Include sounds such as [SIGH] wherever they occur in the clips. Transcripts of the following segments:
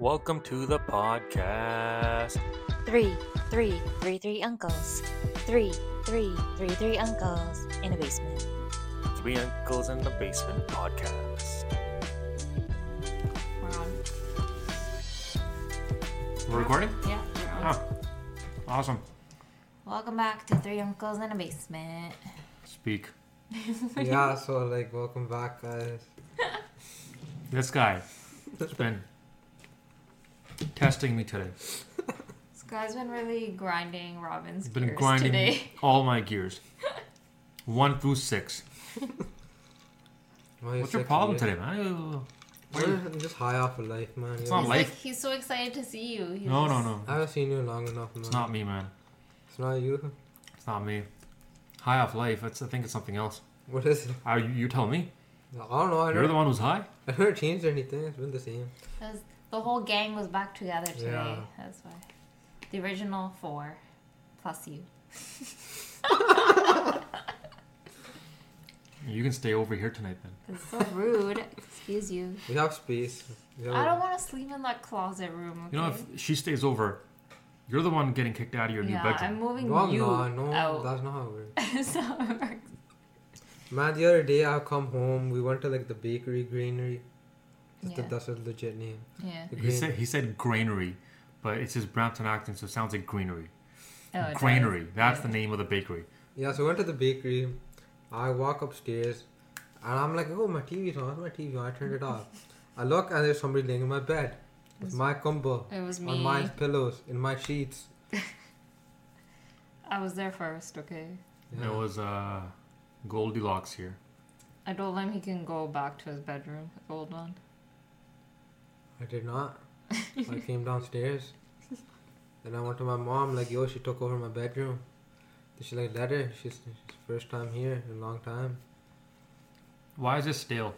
Welcome to the podcast. Three, three, three, three uncles. Three, three, three, three uncles in a basement. Three Uncles in the Basement podcast. We're on. We're recording? Yeah, we're on. Oh, awesome. Welcome back to Three Uncles in a Basement. Speak. [LAUGHS] yeah, so like, welcome back, guys. This guy has been testing me today. This guy's been really grinding Robin's He's been gears grinding [LAUGHS] today. all my gears. One through six. Why are you What's your sick, problem dude? today, man? Why are you- I'm just high off of life, man. It's You're- not He's life. like, he's so excited to see you. He's No, no, just- no. I haven't seen you long enough, man. It's not me, man. It's not you. [LAUGHS] It's not me. High off life. It's, I think it's something else. What is it? Are you, you tell me. I don't know. I You're never, the one who's high. I never changed anything. It's been the same. That was- the whole gang was back together today. Yeah. That's why. The original four, plus you. You can stay over here tonight then. It's so [LAUGHS] rude. Excuse you. We have space. We have I don't want to sleep in that closet room. Okay? You know, if she stays over, you're the one getting kicked out of your yeah, new bedroom. I'm moving No, I'm you not. No, out. that's not how it works. That's how it works. Man, the other day I come home. We went to like the bakery greenery. That's, the, Yeah. that's a legit name. Yeah. The He said he said granary, but it says Brampton Acton, so it sounds like greenery. Oh, it does. Granary. That's Yeah. the name of the bakery. Yeah, so I went to the bakery. I walk upstairs, and I'm like, oh, my TV's on. My TV on. I turned it off. I look, and there's somebody laying in my bed with my combo. It was On me. my pillows, in my sheets. I was there first, okay? Yeah. It was uh, Goldilocks here. I told him he can go back to his bedroom, the old [LAUGHS] one. [LAUGHS] I did not. I came downstairs. Then I went to my mom, like, yo, she took over my bedroom. Then she, like, let her. She's, she's first time here in a long time. Why is it Oh, stale?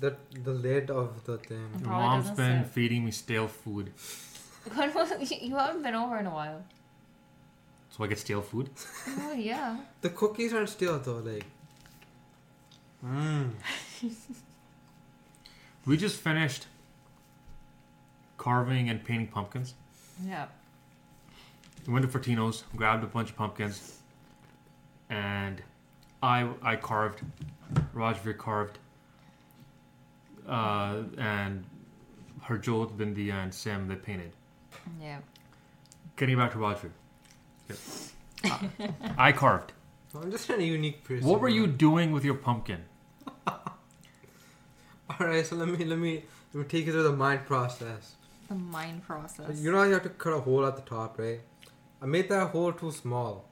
The, the lid of the thing. It Your probably mom's doesn't been sit. feeding me stale food, When was, you haven't been over in a while. so I get stale food. Oh yeah. The cookies aren't still, though, like. Mmm. We just finished carving and painting pumpkins. Yeah. We went to Fortino's, grabbed a bunch of pumpkins, and I I carved, Rajvir carved, uh, and Harjot, Bindi, and Sam they painted. Yeah. Getting back to Rajvir, I, I carved. I'm just a unique person. What were you doing with your pumpkin? Alright, so let me, let me, let me take you through the mind process. The mind So process. You know how you have to cut a hole at the top, right? I made that hole too small.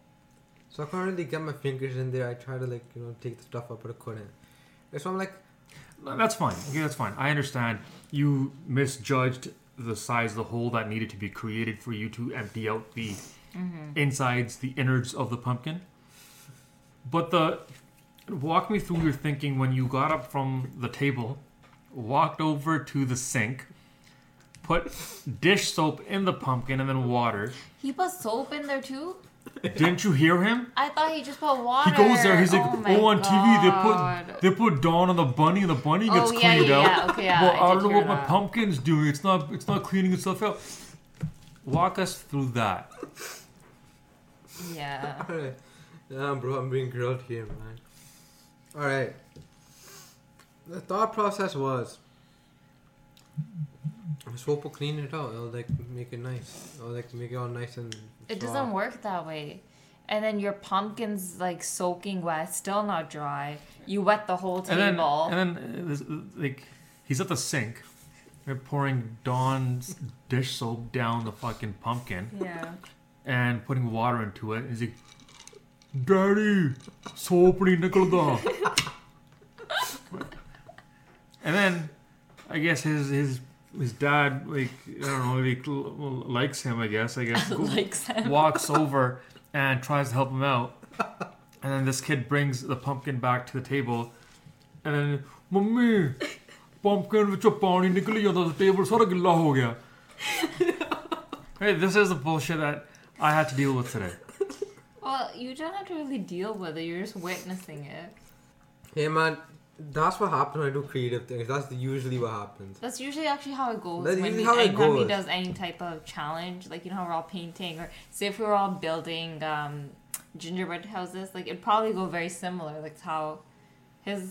So I can't really get my fingers in there. I tried to like, you know, take the stuff out, but I couldn't. And so I'm like, [LAUGHS] No, That's fine. Okay, that's fine. I understand. You misjudged the size of the hole that needed to be created for you to empty out the Mm-hmm. insides, the innards of the pumpkin. But the walk me through your thinking when you got up from the table, walked over to the sink, put dish soap in the pumpkin and then water. he put soap in there too? Didn't you hear him? I thought he just put water. He goes there. He's like, oh, oh, my on God. TV they put they put Dawn on the bunny, and the bunny Oh, gets yeah, cleaned yeah, out. yeah. Okay, yeah, well, I I, did don't know hear what my that. pumpkin's doing. It's not it's not cleaning itself out. Walk us through that. Yeah. alright, yeah, bro, I'm being grilled here, man. Alright. The thought process was soap will clean it out. It'll like make it nice. It'll like make it all nice and. It soft. doesn't work that way. And then your pumpkin's like soaking wet, still not dry. You wet the whole And table. then and then uh, this- like he's at the sink, they're pouring Dawn's dish soap down the fucking pumpkin yeah. and putting water into it. And he's like, "Daddy, soap nahi nikalda." and then I guess his his his dad like I don't know like l- l- likes him. I guess I [LAUGHS] guess [LAUGHS] like Sam. walks over and tries to help him out. And then this kid brings the pumpkin back to the table, and then mummy, pumpkin ਵਿੱਚੋਂ ਪਾਣੀ ਨਿਕਲੀ ਜਾਂਦਾ ਸੀ table ਸਾਰਾ ਗਿੱਲਾ ਹੋ ਗਿਆ. Hey, this is the bullshit that I had to deal with today. Well, you don't have to really deal with it. You're just witnessing it. Hey man, That's what happens when I do creative things. That's usually what happens. That's usually actually how it goes. That's when usually we, how it anytime he goes. does any type of challenge, like you know how we're all painting, or say if we were all building um, gingerbread houses, like it'd probably go very similar. Like how his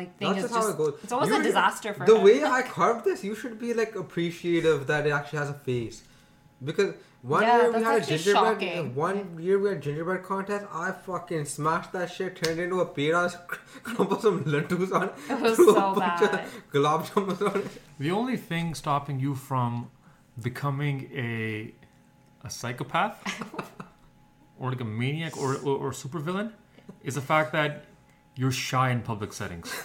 like thing That's is just how just it goes. it's almost You- a disaster for the him. way I carved this, you should be like appreciative that it actually has a face, because one Yeah, year we that's had a actually gingerbread. shocking. One year we had gingerbread contest. I fucking smashed that shit, turned it into a pate. I [LAUGHS] crumpled some ladoos on it. It [LAUGHS] was threw a so bunch bad. Of gulam jamuns on it. The only thing stopping you from becoming a a psychopath or like a maniac or or, or supervillain is the fact that you're shy in public settings.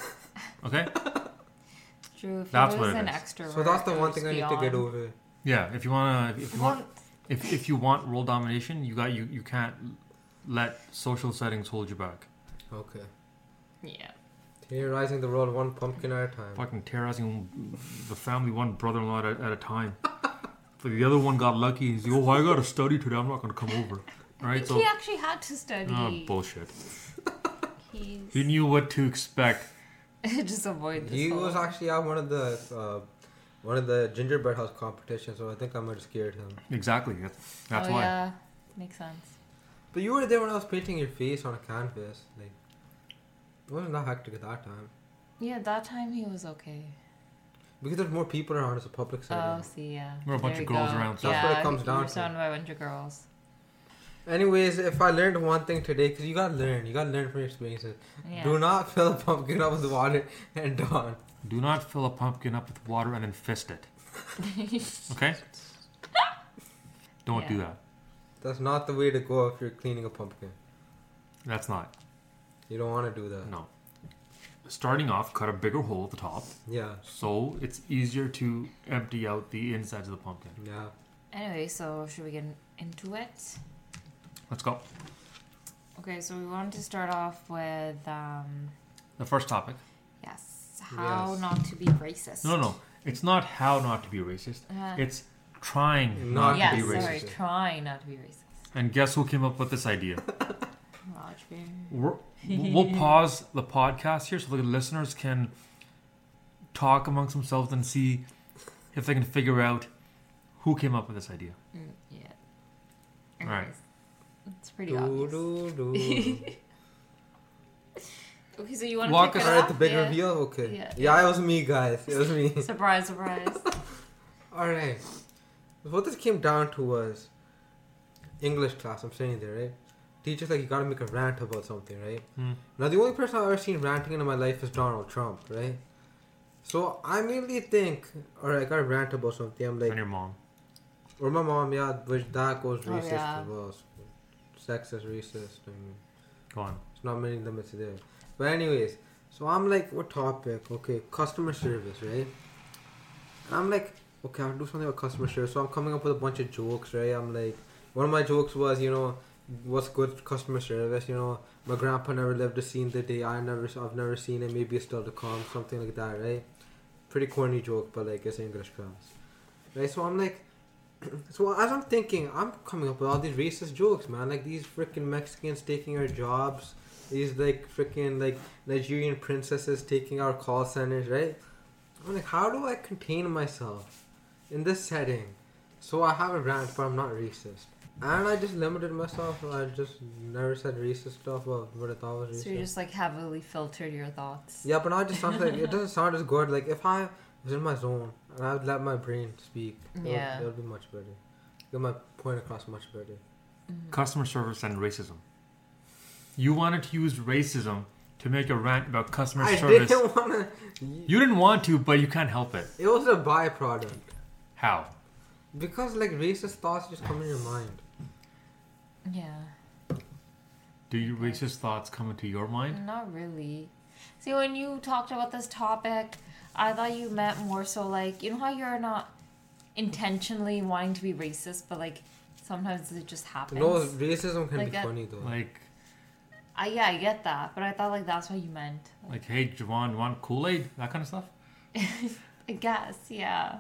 Okay? True, if That's what he was it an is. extrovert, So that's the it one would thing I just need to be get on. over. Yeah, if you want to if you want Well, if, if you want world domination, you got you you can't let social settings hold you back. Okay. yeah, Terrorizing the world one pumpkin at a time. Fucking terrorizing the family one brother-in-law at, a- at a time. So the other one got lucky. He's like, "Oh, I got to study today. I'm not going to come over." All I right, think so he actually had to study. oh, bullshit. He's He knew what to expect. [LAUGHS] just avoid this. He whole- was actually at one of the uh, one of the gingerbread house competitions, so I think I might have scared him. Exactly. That's, that's oh, why. Yeah, makes sense. But you were there when I was painting your face on a canvas. Like, it wasn't that hectic at that time. Yeah, that time he was okay. Because there's more people around, it's a public Oh, setting. see, yeah. We're a bunch There of you girls go. around, so- That's what it comes you down were to. surrounded by a bunch of girls. Anyways, if I learned one thing today, because you gotta learn, you gotta learn from your experiences. Yeah. Do not [LAUGHS] fill a pumpkin up with water and dawn. Do not fill a pumpkin up with water and infest it. Okay. Don't [LAUGHS] do Yeah. that. That's not the way to go if you're cleaning a pumpkin. That's not. You don't wanna do that. No. Starting off, cut a bigger hole at the top, Yeah, so it's easier to empty out the insides of the pumpkin. yeah. [LAUGHS] Anyway, so should we get into it? Let's go. Okay, so we wanted to start off with um, The first topic. yes, how Yes. not to be racist. No, no, it's not how not to be racist. Uh, It's trying Not not to to yes, be racist. sorry, try not to be racist. And guess who came up with this idea? Roger. We're, we'll pause the podcast here so the listeners can talk amongst themselves and see if they can figure out who came up with this idea. Mm, yeah. All right. Anyways, It's pretty Do, obvious. do, do. [LAUGHS] Okay, so you want Walk to us pick Alright, it the up? big yeah. reveal? Okay. Yeah. Yeah. it was me, guys. It was me. [LAUGHS] [LAUGHS] Surprise, surprise. Alright. What this came down to was English class, I'm saying there, right? Teacher's like, you gotta make a rant about something, right? Hmm. Now, the only person I've ever seen ranting in my life is Donald Trump, right? So I mainly think, alright, I gotta rant about something. I'm and like, your mom. or my mom, yeah, which that goes Oh, racist yeah. as well. Sexist, racist, and Go on. It's not many limits there. But anyways, so I'm like, what topic? Okay, customer service, right? And I'm like, okay, I'll do something about customer service. So I'm coming up with a bunch of jokes, right? I'm like, one of my jokes was, you know, what's good customer service? You know, my grandpa never lived to see the day I never, I've never seen it. Maybe it's still to come, something like that, right? Pretty corny joke, but like it's English class, right? So I'm like. [CLEARS THROAT] So as I'm thinking, I'm coming up with all these racist jokes, man. Like these freaking Mexicans taking our jobs, these like freaking like Nigerian princesses taking our call centers, right? I'm like, how do I contain myself in this setting? So I have a rant, but I'm not racist. And I just limited myself. I just never said racist stuff or what I thought was racist. so you just like heavily filtered your thoughts. Yeah, but now it just sounds like it doesn't sound as good. Like if I was in my zone and I would let my brain speak, it would- Yeah. it would be much better. Get my point across much better. Customer service and racism. You wanted to use racism to make a rant about customer I service. didn't [LAUGHS] wanna. You didn't want to, but you can't help it. It was a byproduct How? because like racist thoughts just come in your mind. Yeah. Do your racist thoughts come into your mind? Not really. See, when you talked about this topic, I thought you meant more so like, you know how you're not intentionally wanting to be racist, but like sometimes it just happens. No, racism can Like be a- funny though. Like, I, yeah, I get that, but I thought like that's what you meant. like, hey, Javon, you want Kool Aid? That kind of stuff. I guess, yeah.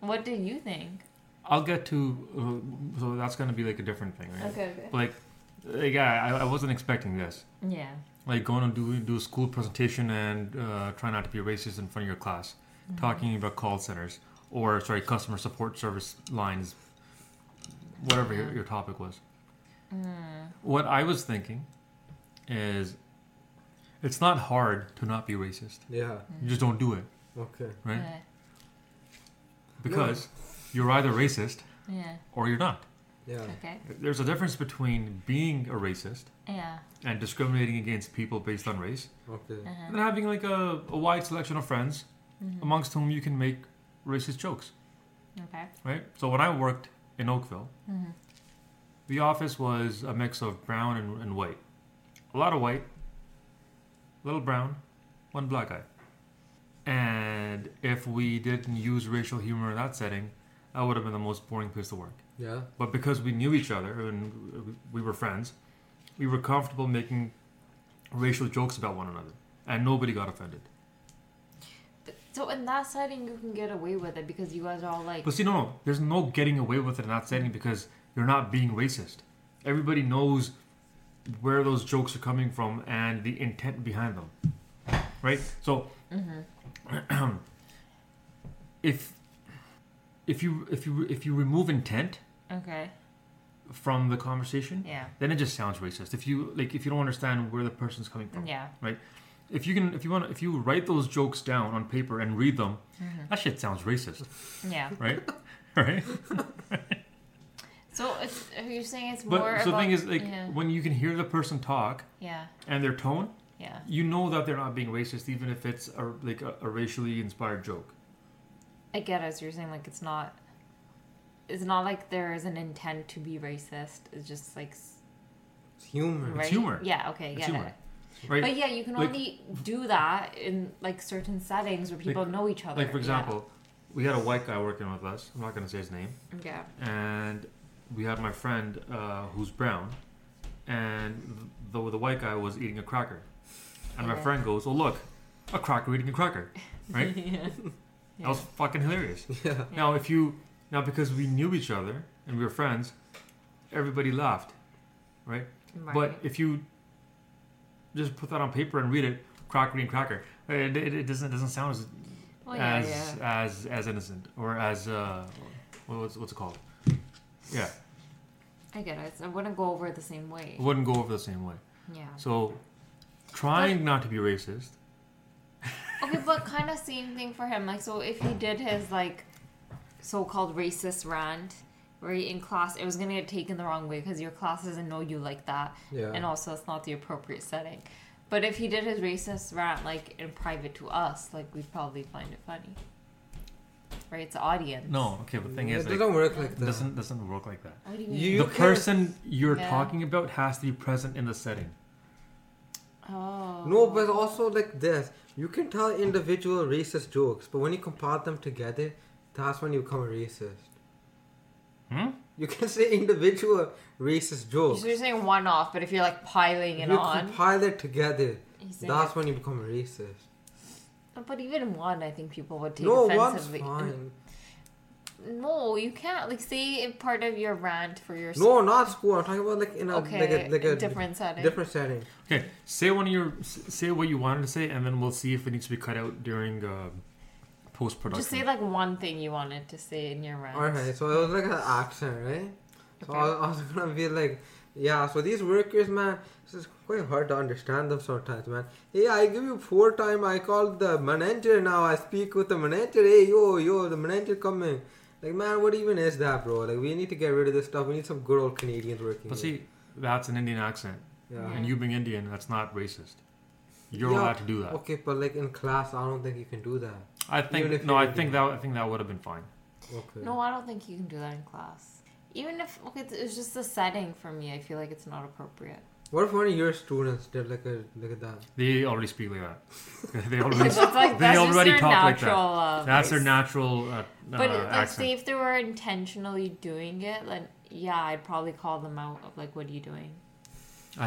What do you think? I'll get to. Uh, so that's going to be like a different thing, right? Okay, okay. Like, like yeah, I, I wasn't expecting this. Yeah. like going to do do a school presentation and uh, try not to be racist in front of your class, talking about call centers or sorry customer support service lines, whatever your, your topic was. What I was thinking is, it's not hard to not be racist. Yeah. You just don't do it, Okay. right? Yeah. Because you're either racist Yeah. or you're not. Yeah. Okay. There's a difference between being a racist Yeah. and discriminating against people based on race, [LAUGHS] Okay. Uh-huh. Mm. and having like a, a wide selection of friends Mm-hmm. amongst whom you can make racist jokes, Okay. Mm-hmm. right? So when I worked in Oakville, the office was a mix of brown and, and white. A lot of white, little brown, one black guy. And if we didn't use racial humor in that setting, that would have been the most boring place to work. Yeah. But because we knew each other and we were friends, we were comfortable making racial jokes about one another, and nobody got offended. But, so in that setting, you can get away with it because you guys are all like, But see, no, no, there's no getting away with it in that setting because you're not being racist. Everybody knows where those jokes are coming from and the intent behind them, right? So, [CLEARS THROAT] mm-hmm. if if you if you if you remove intent okay, from the conversation, yeah, then it just sounds racist. If you like, if you don't understand where the person's coming from, yeah, if you can, if you want, if you write those jokes down on paper and read them, Mm-hmm. that shit sounds racist, yeah. right? [LAUGHS] right. So it's you're saying it's But more. so the about, thing is, like, yeah, when you can hear the person talk yeah, and their tone, yeah. you know that they're not being racist, even if it's a, like a, a racially inspired joke. I get it. So you're saying like it's not. It's not like there is an intent to be racist. It's just like s- It's humor. right? humor. Yeah. Okay. It's Get humor, it. right? But yeah, you can like- only do that in like certain settings where people know each other. like for yeah. example, we had a white guy working with us. I'm not gonna say his name. Yeah. and we had my friend uh, who's brown, and the, the white guy was eating a cracker, and my Yeah. friend goes, "Oh look, a cracker eating a cracker," right? [LAUGHS] [LAUGHS] yeah. That was fucking hilarious. [LAUGHS] Yeah. Now if you now because we knew each other and we were friends, everybody laughed, right? Right. But if you just put that on paper and read it, cracker eating cracker, it, it, it doesn't doesn't sound as well, Oh, yeah, as yeah. as as innocent or as uh, what- what's what's it called? Yeah. I get it. I wouldn't go over it the same way. It wouldn't go over the same way. Yeah. So, trying not to be racist. Okay, but kind of same thing for him. Like, so if he did his like so-called racist rant, where he in class, it was gonna get taken the wrong way because your class doesn't know you like that, Yeah. and also it's not the appropriate setting. But if he did his racist rant like in private to us, like we'd probably find it funny, right? It's audience. No, okay, but the thing is, it like, doesn't work like that. doesn't doesn't work like that. What do you mean? You, you the can't- person you're Yeah. talking about has to be present in the setting. Oh. No, but also like this. You can tell individual racist jokes, but when you compile them together, that's when you become a racist. Hmm? You can say individual racist jokes. So you're saying one off, but if you're like piling it you on, compile it together, He's saying that's when you become a racist. but even one, I think people would take No, one's offensively. fine. No, you can't. Like, say if part of your rant for your No, not school. I'm talking about like in a okay, like a like a different setting. different setting. Okay, say one of your s- say what you wanted to say, and then we'll see if it needs to be cut out during uh, post production. Just say like one thing you wanted to say in your rant. Alright, so it was like an accent, right? So I, was, I was gonna be like, yeah, so these workers, man, this is quite hard to understand them sometimes, man. Hey, I give you four time, I call the manager now, I speak with the manager, hey, yo, yo, the manager coming. Like, man, what even is that, bro? Like, we need to get rid of this stuff. We need some good old Canadians working. but here. see, that's an Indian accent, yeah. and you being Indian, that's not racist. You're Yeah, allowed to do that. Okay, but like in class, I don't think you can do that. I Even if think no, you're I think that I think that would have been fine. Okay. No, I don't think you can do that in class. Even if okay, it's- it's just the setting for me. I feel like it's not appropriate. [LAUGHS] What if one of your students did like a like that? They already speak like [LAUGHS] that. they already It's just like They that's already just their talk like that. natural. Uh, That's their voice. natural uh, But uh, like, say accent. if they were intentionally doing it, then yeah, I'd probably call them out of like, what are you doing?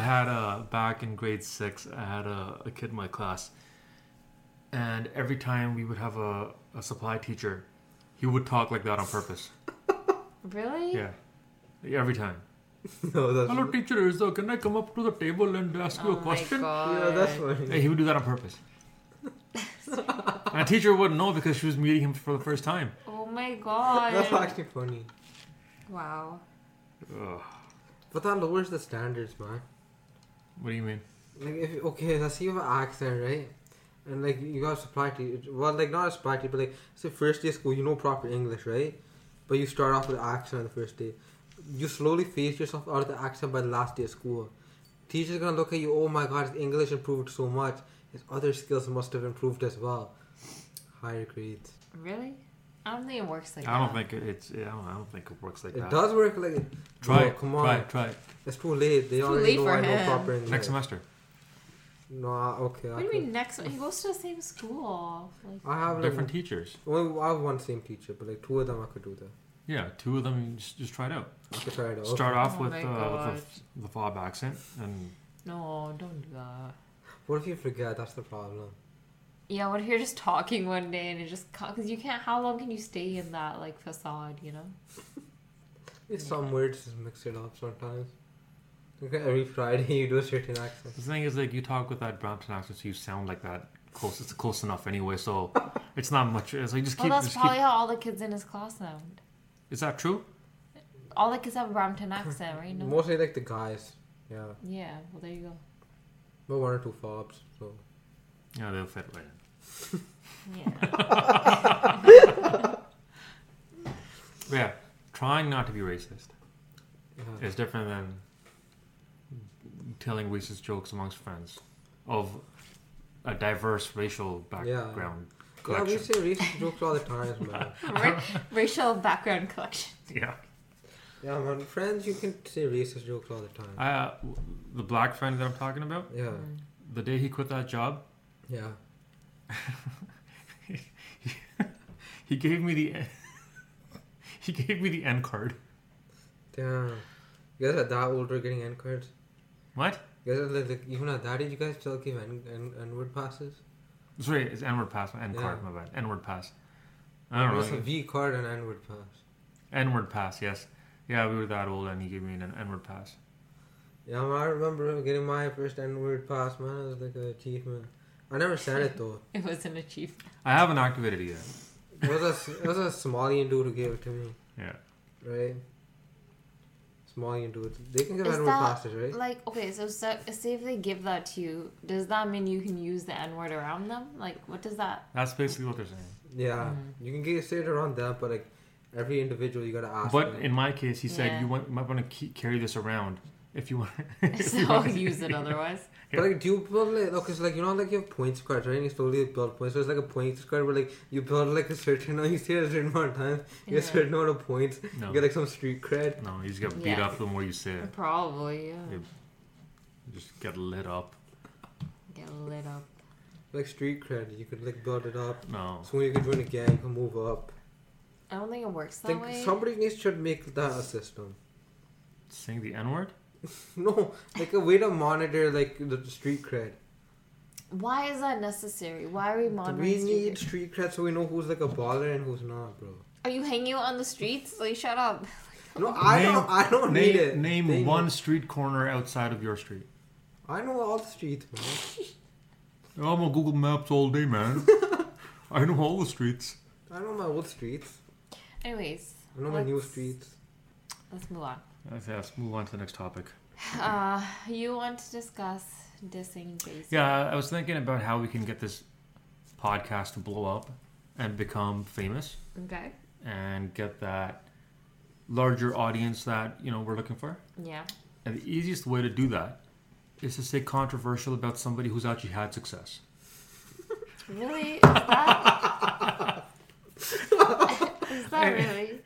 I had a back in grade six. I had a, a kid in my class, and every time we would have a, a supply teacher, he would talk like that on purpose. Really? Yeah, every time. [LAUGHS] no, that's Hello, teacher. Is there, can I come up to the table and ask Oh you a question? yeah, that's Hey, funny. he would do that on purpose. and the teacher wouldn't know because she was meeting him for the first time. Oh my That's god. actually funny. wow. Ugh. But that lowers the standards, man. What do you mean? Like if okay, let's say you have an accent, right? And like you got a supply tea well like not a supply tea, but like it's the first day of school, you know proper English, right? But you start off with an accent on the first day. You slowly phase yourself out of the accent by the last day of school. Teacher's gonna look at you, oh my god, his English improved so much. His other skills must have improved as well. Higher grades. Really? I don't think it works like I that. don't think it, it's. I don't, I don't think it works like It that. does work like Try Bro, it. come Try on. it. Try it. It's too late. They Too already late know for I know him. proper English. Next semester. No, I- okay. I, What do you could- mean next one? He goes to the same school. Like, I have like, Different teachers. Well, I have one same teacher, but like two of them I could do that. Yeah, two of them. Just, just try it out. I could try it out. Start off Oh with, my uh, God. with the, the fob accent and no, don't do that. What if you forget? That's the problem. Yeah, what if you're just talking one day and it just because you can't. How long can you stay in that like facade? You know. It's some words just mix it up sometimes. Like every Friday [LAUGHS] you do a certain accent. The thing is, like, you talk with that Brampton accent, so you sound like that. Close, it's close enough anyway, so it's not much. It's like just Well, keep. that's just probably keep how all the kids in his class sound. is that true? All the kids have a Brampton accent, right? No. Mostly like the guys. Yeah, yeah. Well, there you go. but one or two fobs. So Yeah, they'll fit right in. Yeah. [LAUGHS] But yeah, trying not to be racist yeah. is different than telling racist jokes amongst friends of a diverse racial background Yeah, we collection. say racist [LAUGHS] jokes all the times, man. Ra- racial background collection. Yeah, Yeah, man. Friends, you can say racist jokes all the time. I, uh, the black friend that I'm talking about, yeah, the day he quit that job, yeah. he gave me the [LAUGHS] he gave me the end card. Damn. You guys at that old are getting end cards. What? You guys are like, like even at that age, you guys still give end end, end word passes. Sorry, it's N-word pass. N Yeah. card, my bad. N-word pass. I don't It's a know. V card and N word pass. N-word pass, yes. Yeah, we were that old and he gave me an N-word pass. Yeah, man, I remember getting my first N word pass, man. It was like an achievement. I never said it though. It was an achievement. I haven't activated it yet. It was a it was a Somalian dude who gave it to me, Yeah. right? Somalian dude. They can give Is N word that- passes, right? Like, okay, so, so say if they give that to you, does that mean you can use the N word around them? Like, what [LAUGHS] does that? [LAUGHS] That's basically what they're saying. Yeah, Hmm. you can get say it around that, but like every individual, you gotta ask. But them. in my case, he said Yeah. you want, might want to keep, carry this around if you want. [LAUGHS] if you So want to- use it otherwise. But like, do you build like, look, it's like, you know, like you have points cards, right? And you slowly build points. So it's like a points card where, like, you build like a certain, [LAUGHS] you say a certain amount of times, you get a Yeah. certain amount of points, No. you get like some street cred. No, you just get beat Yeah. up the more you say it. Probably. Yeah. You just get lit up. Get lit up. Like, street cred, you could, like, build it up. No. So when you can join a gang, you can move up. I don't think it works that Think way. somebody needs should make that a system. [LAUGHS] Saying the N-word? No, like a way to monitor, like, the street cred. Why is that necessary? Why are we monitoring? we need street- street cred so we know who's, like, a baller and who's not, bro. Are you hanging out on the streets? Like, shut up. No, I Name- don't, I don't need it. Name, They name need- one street corner outside of your street. I know all the streets, man. I'm on Google Maps all day, [LAUGHS] man. I know all the streets. I know my old streets. Anyways, I know my new Let's- streets. let's move on. Let's, let's move on to the next topic. Uh, you want to discuss dissing Jason? Yeah, I was thinking about how we can get this podcast to blow up and become famous Okay. and get that larger audience that, you know, we're looking for. Yeah. And the easiest way to do that is to say controversial about somebody who's actually had success. Really? Is that? [LAUGHS] is that really?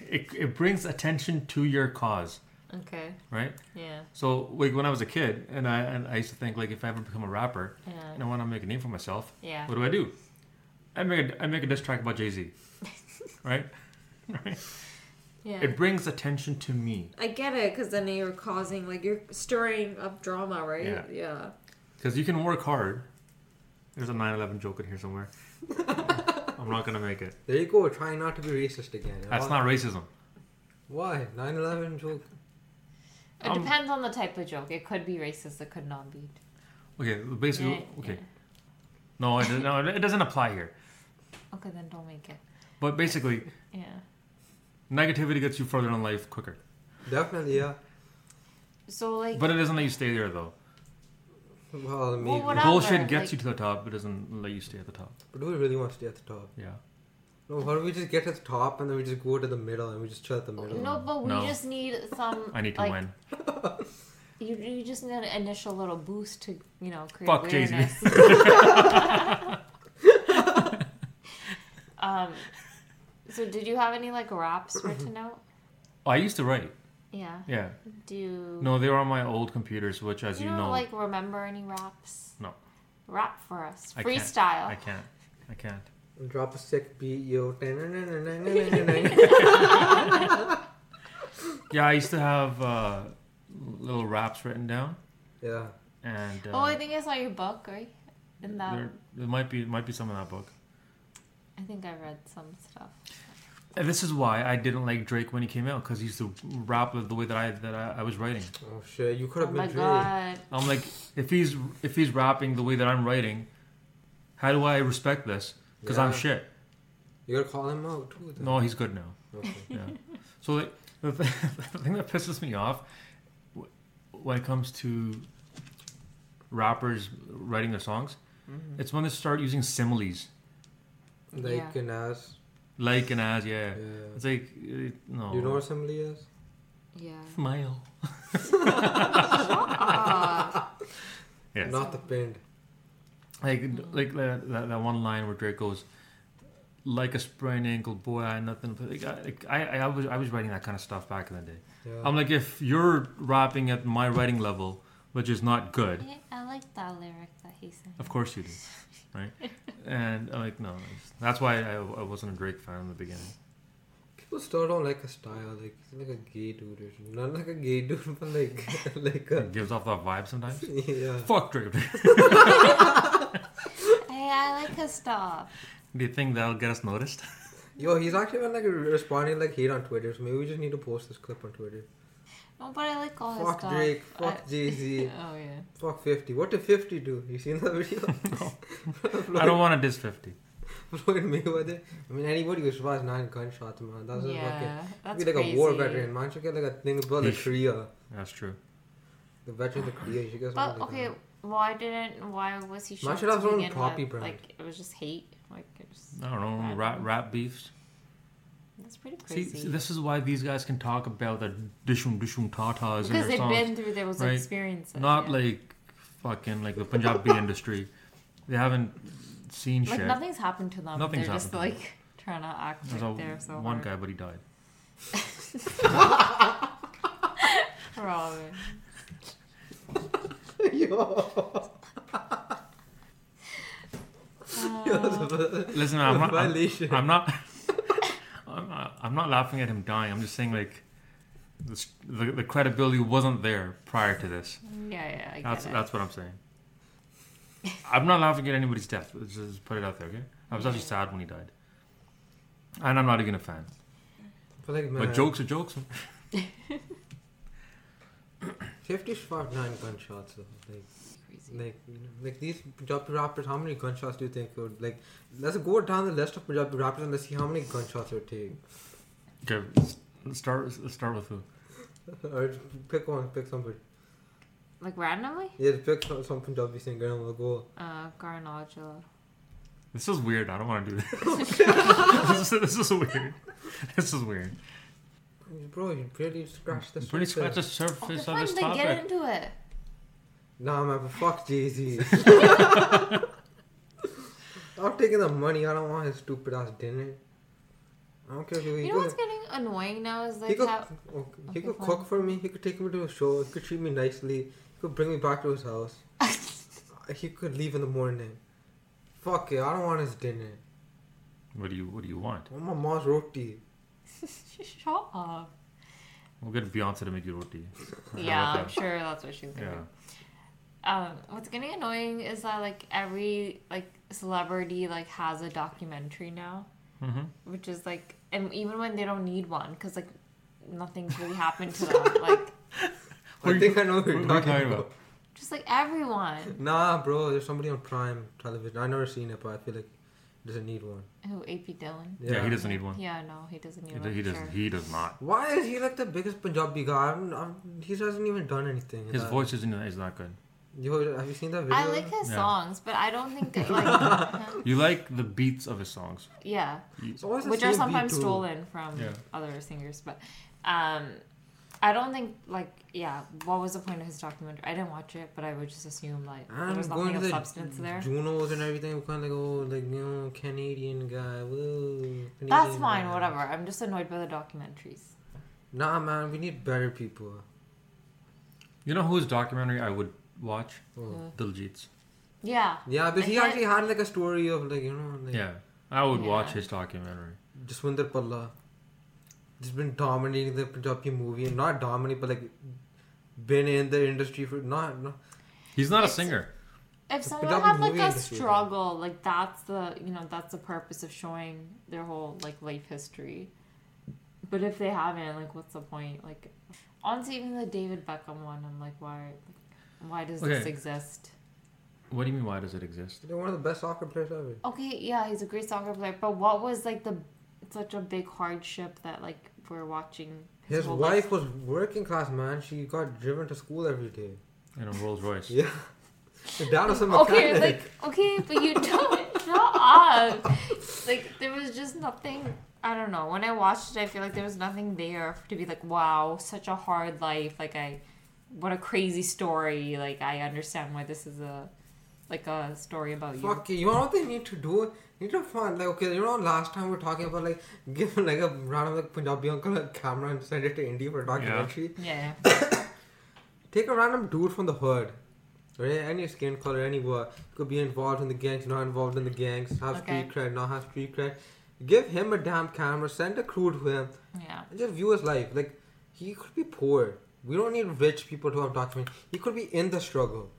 It, it brings attention to your cause, Okay. right? Yeah. So, like when I was a kid, and I and I used to think like if I ever become a rapper and Yeah. I want to make a name for myself, Yeah. what do I do? I make a, I make a diss track about Jay Z, right? Yeah. It brings attention to me I get it, because then you're causing like you're stirring up drama, right? Yeah. yeah. because you can work hard. There's a 9/11 joke in here somewhere. I'm not gonna make it. There you go. Trying not to be racist again. That's not racism. why 9/11 joke. It Um, depends on the type of joke. It could be racist. It could not be. Okay, basically, Yeah, okay. No, it, no, it doesn't apply here. Okay, then don't make it. But basically, Yeah. negativity gets you further in life quicker. Definitely, yeah. So like, But it doesn't let you stay there though. Well, I mean, Well, what but I- Bullshit Whatever, gets like- you to the top, but doesn't let you stay at the top. do we really want to stay at the top? Yeah. No, why don't we just get to the top and then we just go to the middle and we just chill at the middle? no, but we No. just need some. I need to like, win. You, you just need an initial little boost to you know create Fuck Jay-Z. awareness. [LAUGHS] [LAUGHS] um, so did you have any like raps written out? Oh, I used to write. Yeah. Yeah. Do you, No, they were on my old computers, which, as you you, don't know, like remember any raps? No. Rap for us. I can't. I Freestyle. can't. I can't. Drop a sick beat, yo. [LAUGHS] Yeah, I used to have uh, little raps written down, yeah. and uh, Oh, I think I saw your book, right? In that, there, there might be might be some in that book. I think I read some stuff. And this is why I didn't like Drake when he came out because he used to rap the way that I that I, I was writing. Oh shit, you could Oh have my been Drake. god. I'm like, if he's if he's rapping the way that I'm writing, how do I respect this? Because I'm Yeah. shit. You gotta call him out too. Then. No, he's good [LAUGHS] now. Okay. Yeah. so like, [LAUGHS] the, th- the thing that pisses me off w- when it comes to rappers writing their songs, it's when they start using similes, Like Mm-hmm. Yeah. an ass. like and as. Yeah. Yeah. It's like it, no. You know what assembly is? [LAUGHS] Yeah. smile. Ah, Yes. Not the pinned. Like like that, that, that one line where Drake goes, "Like a sprained ankle, boy, I nothing." But like, I, like, I I was I was writing that kind of stuff back in the day. Yeah. I'm like, if you're rapping at my writing level, which is not good, yeah, I like that lyric that he sang. of course you do, [LAUGHS] right? And I'm like, no, it's- that's why I, I wasn't a Drake fan in the beginning. People still don't like a style. Like he's like a gay dude. Or something. Not like a gay [LAUGHS] dude, but like like a [LAUGHS] It gives off that vibe sometimes. yeah. Fuck Drake. [LAUGHS] Hey, I like his stuff. do you think that'll get us noticed? [LAUGHS] Yo, he's actually been like responding like hate on Twitter. So maybe we just need to post this clip on Twitter. No, but I like all his Fuck stuff. Drake. I- [LAUGHS] Fuck Jay Z. Oh yeah. Fuck Fifty. What did Fifty do? You seen that video? [LAUGHS] [LAUGHS] I don't want to diss fifty. Floyd Mayweather. I mean, anybody who survives nine gunshots, man, that's a fucking. yeah. That's be like crazy. a war veteran, man. Should get like a thing about the Yeesh. Korea. That's true. The veteran of the Korea. She gets But one like okay, that. why didn't? Why was he? Man shot should have to his own begin copy with? brand. Like it was just hate. Like it was, I don't know. Rap rap beefs. that's pretty See, crazy. see, this is why these guys can talk about the dishum dishum tatas in because their they've songs. been through those right? experiences. Not yeah. like fucking like the [LAUGHS] Punjabi industry. They haven't seen like shit. nothing's happened to them. Nothing's They're just happened like trying to act There's like a, they're so one hard. guy, but he died. Robin. [LAUGHS] Yo. Yo, Uh, that's a- Listen, I'm not. I'm, violation. I'm not. [LAUGHS] I'm not- I'm not laughing at him dying. I'm just saying like this, the the credibility wasn't there prior to this. Yeah, yeah. I get That's it. that's what I'm saying. I'm not laughing at anybody's death. Let's just put it out there, okay? I was actually sad when he died, and I'm not even a fan. But like, man, But jokes are jokes. 50 survived nine gunshots. Though. Like, crazy. like, you know, like these Punjabi rappers. How many gunshots do you think? Would, like, let's go down the list of Punjabi rappers and let's see how many gunshots it would take. Okay, let's start. Let's start with who? or pick one. Pick somebody. Like randomly? Yeah, pick some, some Punjabi singer and we'll go. Uh, Garnagela. This is weird. I don't want to do this. [LAUGHS] this, is, this is weird. This is weird. Bro, you really scratched the You pretty surface. scratch the Okay, surface of fine. this Then get topic. into it. Nah, man, but fuck [LAUGHS] Jay Z. I'm taking the money. I don't want his stupid ass dinner. I don't care if he, You he know what's could, getting annoying now is he like could, how okay, he okay, could fine. cook for me. He could take me to a show. He could treat me nicely. He could bring me back to his [LAUGHS] house. he could leave in the morning. Fuck it. I don't want his dinner. What do you What do you want? I want my mom's roti. [LAUGHS] shut up. We'll get Beyonce to make you roti. Yeah, Okay. I'm sure that's what she's gonna Yeah. do. Um, what's getting annoying is that like every like celebrity like has a documentary now, Mm-hmm. which is like, and even when they don't need one, because like nothing's really happened to them. Like What are I you- think I know who what are you're you talking, talking about. about? Just like everyone. Nah, bro, there's somebody on Prime Television. I've never seen it, but I feel like he doesn't need one. Who? AP Dillon. Yeah, he doesn't need one. Yeah, no, he doesn't need He, one. he does. sure. He does not. Why is he like the biggest Punjabi guy? I'm, I'm, he hasn't even done anything. His Like, voice isn't is not good. Yo, have you seen that video? I like his Yeah. songs, but I don't think that like You like the beats of his songs. yeah, It's always the which are same sometimes beat, too. stolen from Yeah. other singers, but um. I don't think like yeah. What was the point of his documentary? I didn't watch it, but I would just assume like there I'm was going nothing to of the substance there. Junos and everything. We're kind of like, oh, like, you know, Canadian guy. Woo, Canadian That's fine, guy. whatever. I'm just annoyed by the documentaries. Nah, man, we need better people. You know whose documentary I would watch? Oh. Diljit's. Yeah, Yeah, but I he can't- actually had like a story of like, you know, like Yeah, I would watch Yeah. his documentary. Jaswinder Palla. He's been dominating the Punjabi movie. Not dominating, but like been in the industry for not. not He's not a It's- singer. if The someone Punjabi had like movie a industry, though. struggle, like that's the you know that's the purpose of showing their whole like life history. But if they haven't, like, what's the point? Like, honestly, even the David Beckham one, I'm like, why? Like, why does this Okay. exist? What do you mean? Why does it exist? they're one of the best soccer players ever. Okay, yeah, he's a great soccer player, but what was like the such a big hardship that like we're watching His whole wife life- was working class, man. She got driven to school every day. You know, Rolls Royce. Yeah. Her dad was a [LAUGHS] Okay, mechanic. like okay, [LAUGHS] but you don't shut up. Like there was just nothing. I don't know. When I watched it, I feel like there was nothing there to be like, wow, such a hard life. Like I, what a crazy story. Like I understand why this is a, like a story about you. Fuck it. You know what they need to do? Need to find like okay. You know last time we were talking about like [LAUGHS] give like a random like Punjabi uncle a camera and send it to India for a documentary. Yeah. Take a random dude from the hood, right? Any skin color, any what could be involved in the gangs, not involved in the gangs, have Okay. street cred, not have street cred. Give him a damn camera, send a crew to him, Yeah. and just view his life. Like he could be poor. We don't need rich people to have document. He could be in the struggle,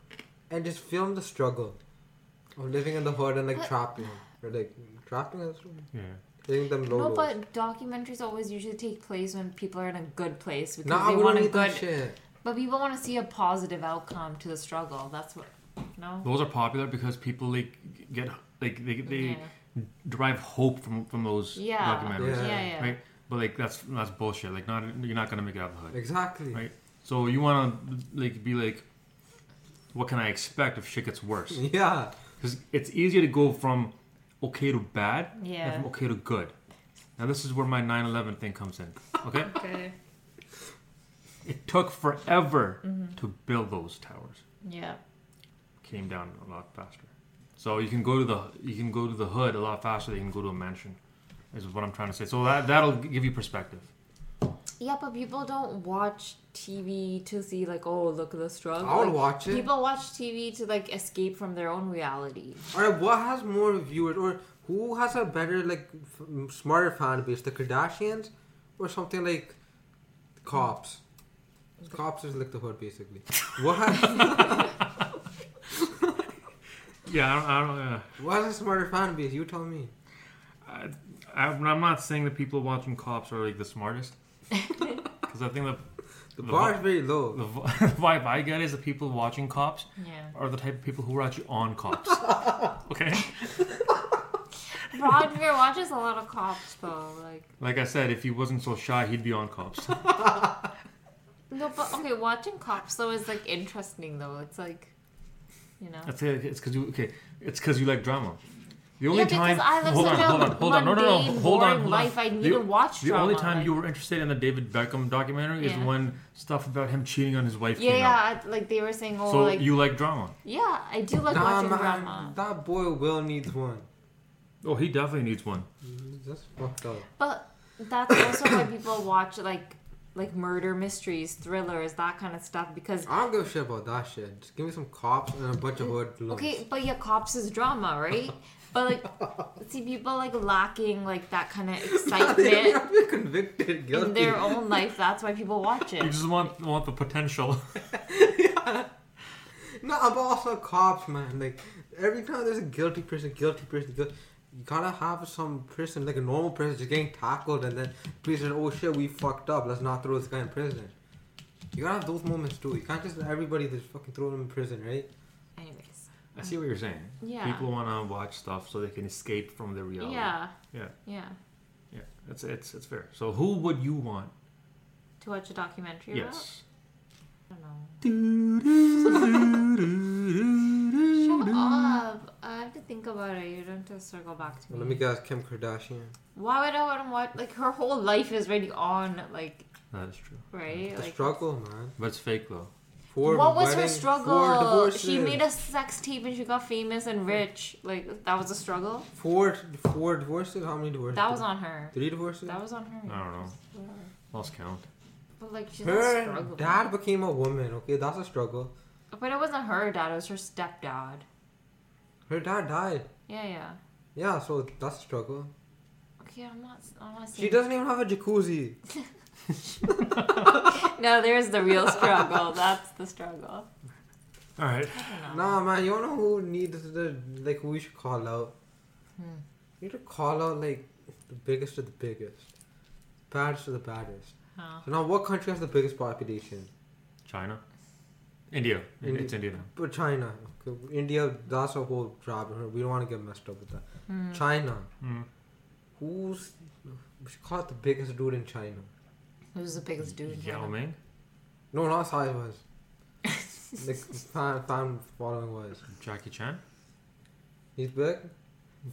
and just film the struggle of living in the hood and like But- trapping or like trapping us, Yeah. hitting them low. No, but documentaries always usually take place when people are in a good place because nah, we they don't want a need that good. shit. But people want to see a positive outcome to the struggle. That's what. No. Those are popular because people like get like they they yeah. derive hope from from those Yeah. documentaries, Yeah. Yeah. right? But like that's that's bullshit. Like not you're not gonna make it out of the hood. Exactly. Right. So you want to like be like, what can I expect if shit gets worse? [LAUGHS] Yeah. Because it's easier to go from okay to bad Yeah. than from okay to good. Now this is where my 9/11 thing comes in. Okay, Okay. it took forever to build those towers. Yeah. Came down a lot faster. So you can go to the you can go to the hood a lot faster than you can go to a mansion. Is what I'm trying to say. So that that'll give you perspective. Yeah, but people don't watch TV to see like, oh, look at the struggle. I'll Like, watch it. People watch TV to like escape from their own reality. All right, what has more viewers, or who has a better, like, f- smarter fan base, the Kardashians, or something like Cops? Cops is like the hood, [LAUGHS] basically. What has, Yeah, I don't. I don't uh, what has a smarter fan base? You tell me. I, I, I'm not saying that people watching cops are like the [LAUGHS] smartest, because I think the The The bar vi- is very low. the vi- [LAUGHS] vibe I get is the people watching cops Yeah. are the type of people who are actually on [LAUGHS] cops. okay, Roger watches a lot of cops though. Like like I said, if he wasn't so shy, he'd be on cops. no, but okay, watching cops though is like interesting though. It's like, you know. That's it. It's because you okay. It's because you like drama. The only yeah, time because I live hold on, such hold on, a hold on, no, no, no, mundane, hold on, boring hold on. life. I need The- to watch The only drama, time like- you were interested in the David Beckham documentary Yeah. is when stuff about him cheating on his wife Yeah, came out. yeah. I, like they were saying, oh, So like you like drama? yeah, I do like nah, watching man, drama. that boy Will needs one. Oh, he definitely needs one. That's fucked up. But that's also [COUGHS] why people watch like like murder mysteries, thrillers, that kind of stuff because I don't give a shit about that shit. Just give me some Cops and a bunch of hood loans. Okay, but yeah, cops is drama, right? But like, [LAUGHS] see people like lacking like that kind of You're excitement not being convicted, guilty. in their [LAUGHS] own life. That's why people watch You it. just want want the potential. No, but also cops, man. Like every time there's a guilty person, guilty person, guilty. You gotta have some person, like a normal person, just getting tackled, and then police are, oh shit, we fucked up. Let's not throw this guy in prison. You gotta have those moments too. You can't just let everybody just fucking throw them in prison, right? Anyways. I see what you're saying. Yeah. People want to watch stuff so they can escape from the reality. yeah. Yeah. Yeah. Yeah. It's it's it's fair. So who would you want? To watch a documentary about? yes. [LAUGHS] I don't know. Shut Shut up. I have to think about it. You don't just circle back to me. Well, let me guess, Kim Kardashian. Why would I want to watch? Like, her whole life is already on, like, That is true. right? The Like, struggle, man. But it's fake though. Four what was her weddings, Four struggle? divorces. She made a sex tape and she got famous and rich. Like, that was a struggle? four four divorces. How many divorces? That was on her. three divorces. That was on her. I don't know. Lost count. But, like, she's her struggling. dad became a woman. Okay, that's a struggle. But it wasn't her dad, it was her stepdad. Her dad died. Yeah, yeah. Yeah, so that's a struggle. Okay, I'm not. I'm not She saying. doesn't even have a jacuzzi. [LAUGHS] No, there's the real struggle. That's the struggle. All right. I don't know. Nah, man, you don't know who needs the like who we should call out. Hmm. You need to call out like the biggest of the biggest, baddest of the baddest. Huh. So now, what country has the biggest population? China. India. India. It's India now. But China, Okay, India. That's a whole job. We don't want to get messed up with that. China. Hmm. Who's we should call it the biggest dude in China? Who's the biggest dude? in Yao China? Ming. No, not size was. like fan, fan following was. Jackie Chan. He's big.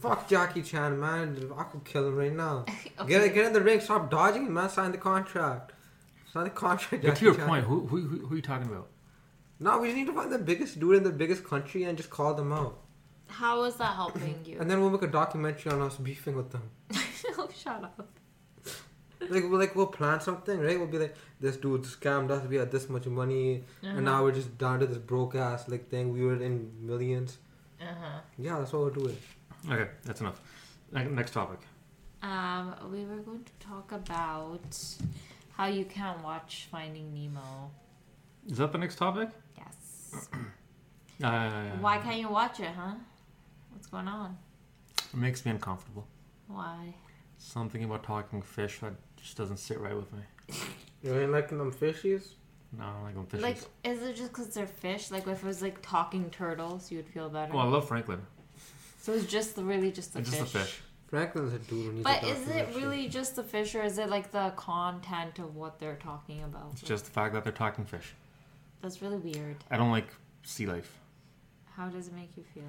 Fuck Jackie Chan, man. I could kill him right now. Okay. Get, get in the ring. Stop dodging, man. Sign the contract. Sign the contract. But Jackie to your Chan. point, who, who who who are you talking about? No, we just need to find the biggest dude in the biggest country and just call them out. How is that helping you? And then we'll make a documentary on us beefing with them. [LAUGHS] oh, shut up. Like, we'll, like we'll plan something, right? We'll be like, this dude scammed us. We had this much money, Uh-huh. and now we're just down to this broke ass like thing. We were in millions. Uh-huh. Yeah, that's what we're doing. Okay, that's enough. Ne- Next topic. Um, we were going to talk about how you can't watch Finding Nemo. Is that the next topic? Yes. Uh, Why can't you watch it, huh? What's going on? It makes me uncomfortable. Why? Something about talking fish that just doesn't sit right with me. You ain't liking them fishies? No, I don't like them fishes. Like, is it just because they're fish? Like, if it was like talking turtles, you would feel better. well, I love Franklin. so it's just the, really just the It's fish. just the fish. Franklin's a dude. who needs a But is it documentary. really just the fish, or is it like the content of what they're talking about? It's just the fact that they're talking fish. That's really weird. I don't like sea life. How does it make you feel?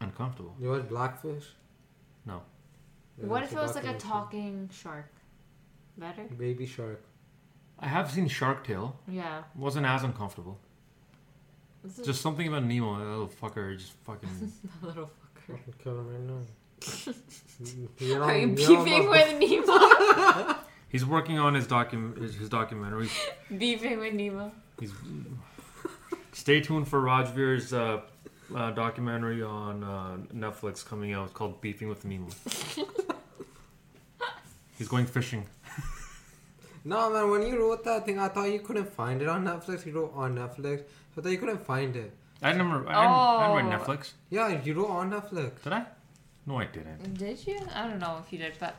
Uncomfortable. You watch Blackfish? No. Yeah, what that's if it was like a documentary. talking shark? Better? Hmm. baby shark? I have seen Shark Tale. Yeah. Wasn't as uncomfortable. This is Just something about Nemo, that little fucker, just fucking. a little fucker. Fucking kill him right [LAUGHS] now. you know, Are you you know beefing about- [LAUGHS] with Nemo? He's working on his docu- his, his documentary. beefing with Nemo. He's. Stay tuned for Rajveer's uh, uh, documentary on uh, Netflix coming out. It's called Beefing with Nemo. He's going fishing. No, man, when you wrote that thing, I thought you couldn't find it on Netflix. You wrote on Netflix. So I thought you couldn't find it. I never. I, didn't, I Oh. didn't read Netflix. Yeah, you wrote on Netflix. Did I? No, I didn't. Did you? I don't know if you did, but.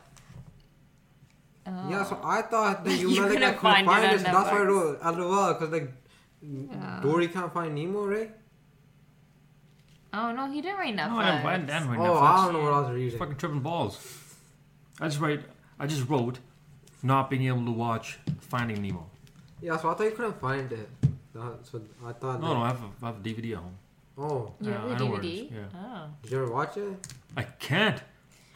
Oh. Yeah, so I thought [LAUGHS] that you, You meant like I couldn't couldn't find it find on it. so That's why I wrote Netflix. LOL, because like Yeah. Dory can't find Nemo, right? Oh, no, he didn't write Netflix. No, I didn't, I didn't read oh, Netflix. I don't know what I was It's reading. fucking tripping balls. I just write. I just wrote, not being able to watch Finding Nemo. Yeah, so I thought you couldn't find it. That- So I thought. No, no, I have a, I have a DVD at home. no. Oh, You Yeah, have I the know where it DVD? is, did you ever watch it? I can't.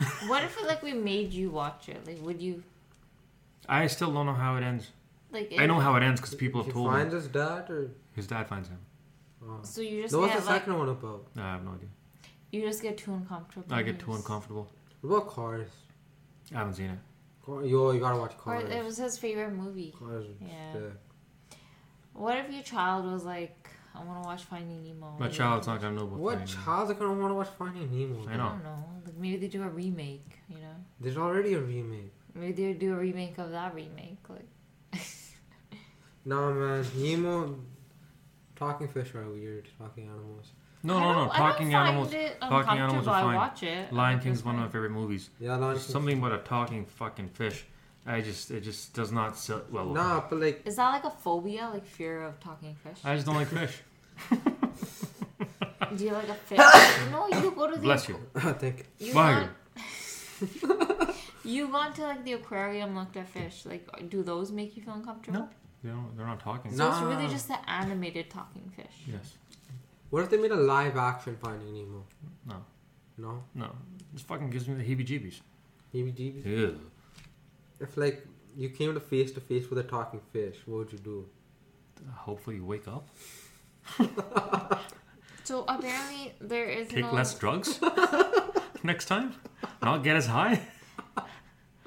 Oh. What if, like, we made you watch it? Like, would you. I still don't know how it ends. Like, I if- know how it ends because people Did have you told find me. his dad or? His dad finds him. Oh. So you just No, what's get the like second one about? No, I have no idea. you just get too uncomfortable. I and get you too just- uncomfortable. What about Cars? I haven't seen it. Car- Yo, you gotta watch Or Cars. it was his favorite movie. Cars is Yeah. sick. What if your child was like, "I want to watch Finding Nemo." My Like, child's not gonna know about What Finding Nemo. child's gonna want to watch Finding Nemo? I I know. don't know. Like maybe they do a remake. You know, There's already a remake. maybe they do a remake of that remake. Like, Nah, man. Nemo. Talking fish are weird. Talking animals. [LAUGHS] No, I no, don't- no. I don't Talking find animals. It talking animals uncomfortable. are I fine. watch it. I Lion think King's it's one of my fine. favorite movies. Yeah, Lion There's King. something about a talking fucking fish. I just it just does not sit well. with me. Nah, but like [CLEARS THROAT] Is that like a phobia, like fear of talking fish? I just don't like fish. Do you [LAUGHS] like a fish? no, you go to the Bless you. I think You Fire. want [LAUGHS] you want to like the aquarium, looked at fish. Like, do those make you feel uncomfortable? No. They don't, they're not talking. So it's really Nah. just the animated talking fish. Yes. what if they made a live action Finding Nemo? No. No? No. This fucking gives me the heebie-jeebies. heebie Ew. If like you came to face to face with a talking fish, what would you do? Hopefully you wake up. So apparently there is Take no less drugs [LAUGHS] next time. Not get as high.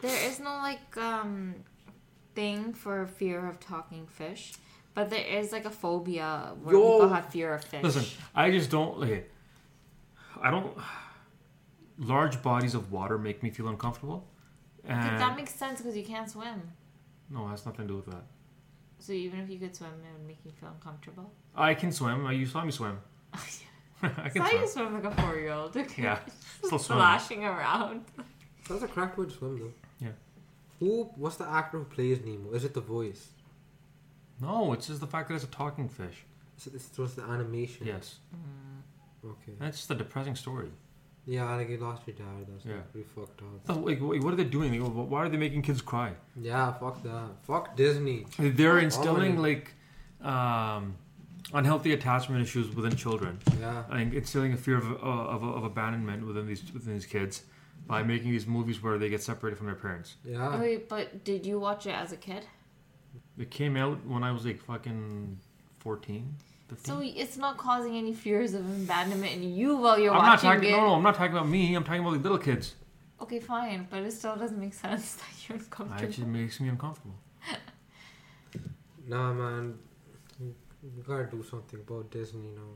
there is no like um thing for fear of talking fish, but there is like a phobia where Yo. people have fear of fish. Listen, I just don't. Okay, I don't. Large bodies of water make me feel uncomfortable. But And that makes sense because you can't swim. no, it has nothing to do with that. So even if you could swim, it would make you feel uncomfortable. [LAUGHS] I can swim. You saw me swim. [LAUGHS] I It's can how swim. you swim like a four year [LAUGHS] old. Yeah, [LAUGHS] still swimming. Splashing around. That's a cracked way to swim though. Yeah. Who? What's the actor who plays Nemo? Is it the voice? No, it's just the fact that it's a talking fish. Is it, is it was the animation? Yes, Okay. that's just a depressing story. Yeah, like you lost your dad. That's Yeah. Oh. pretty fucked up. So, Like, wh- what are they doing? Like, wh- Why are they making kids cry? Yeah, fuck that. Fuck Disney. They're instilling like um, unhealthy attachment issues within children. Yeah. I think instilling a fear of, uh, of, of abandonment within these within these kids by making these movies where they get separated from their parents. Yeah. Wait, but did you watch it as a kid? It came out when I was like fucking 14, 15. So it's not causing any fears of abandonment in you while you're I'm not watching talking. it. No, no, I'm not talking about me. I'm talking about the little kids. Okay, fine, but it still doesn't make sense [LAUGHS] that you're I, it uncomfortable. just makes me uncomfortable. Nah, man. You, you gotta do something about Disney now.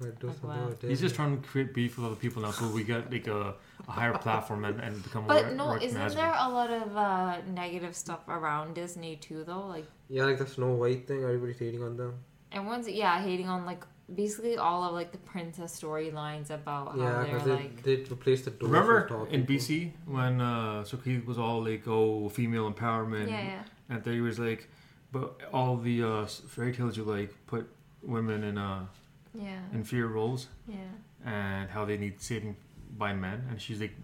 You gotta do Like something what? about Disney. He's just trying to create beef with other people now, so we get like a, a higher platform and, and become But more no, isn't recognizable. there a lot of uh, negative stuff around Disney too, though? Like Yeah, like the Snow White thing. Everybody's hating on them. everyone's yeah hating on like basically all of like the princess storylines about how yeah, Oh, they're because like they, they replaced the doors. with Remember tall in people. BC when uh, Sukhid was all like, "Oh, female yeah empowerment," yeah and then he was like, "But all the uh, fairy tales you like put women in uh, yeah inferior roles yeah. and how they need saving by men." And she's like,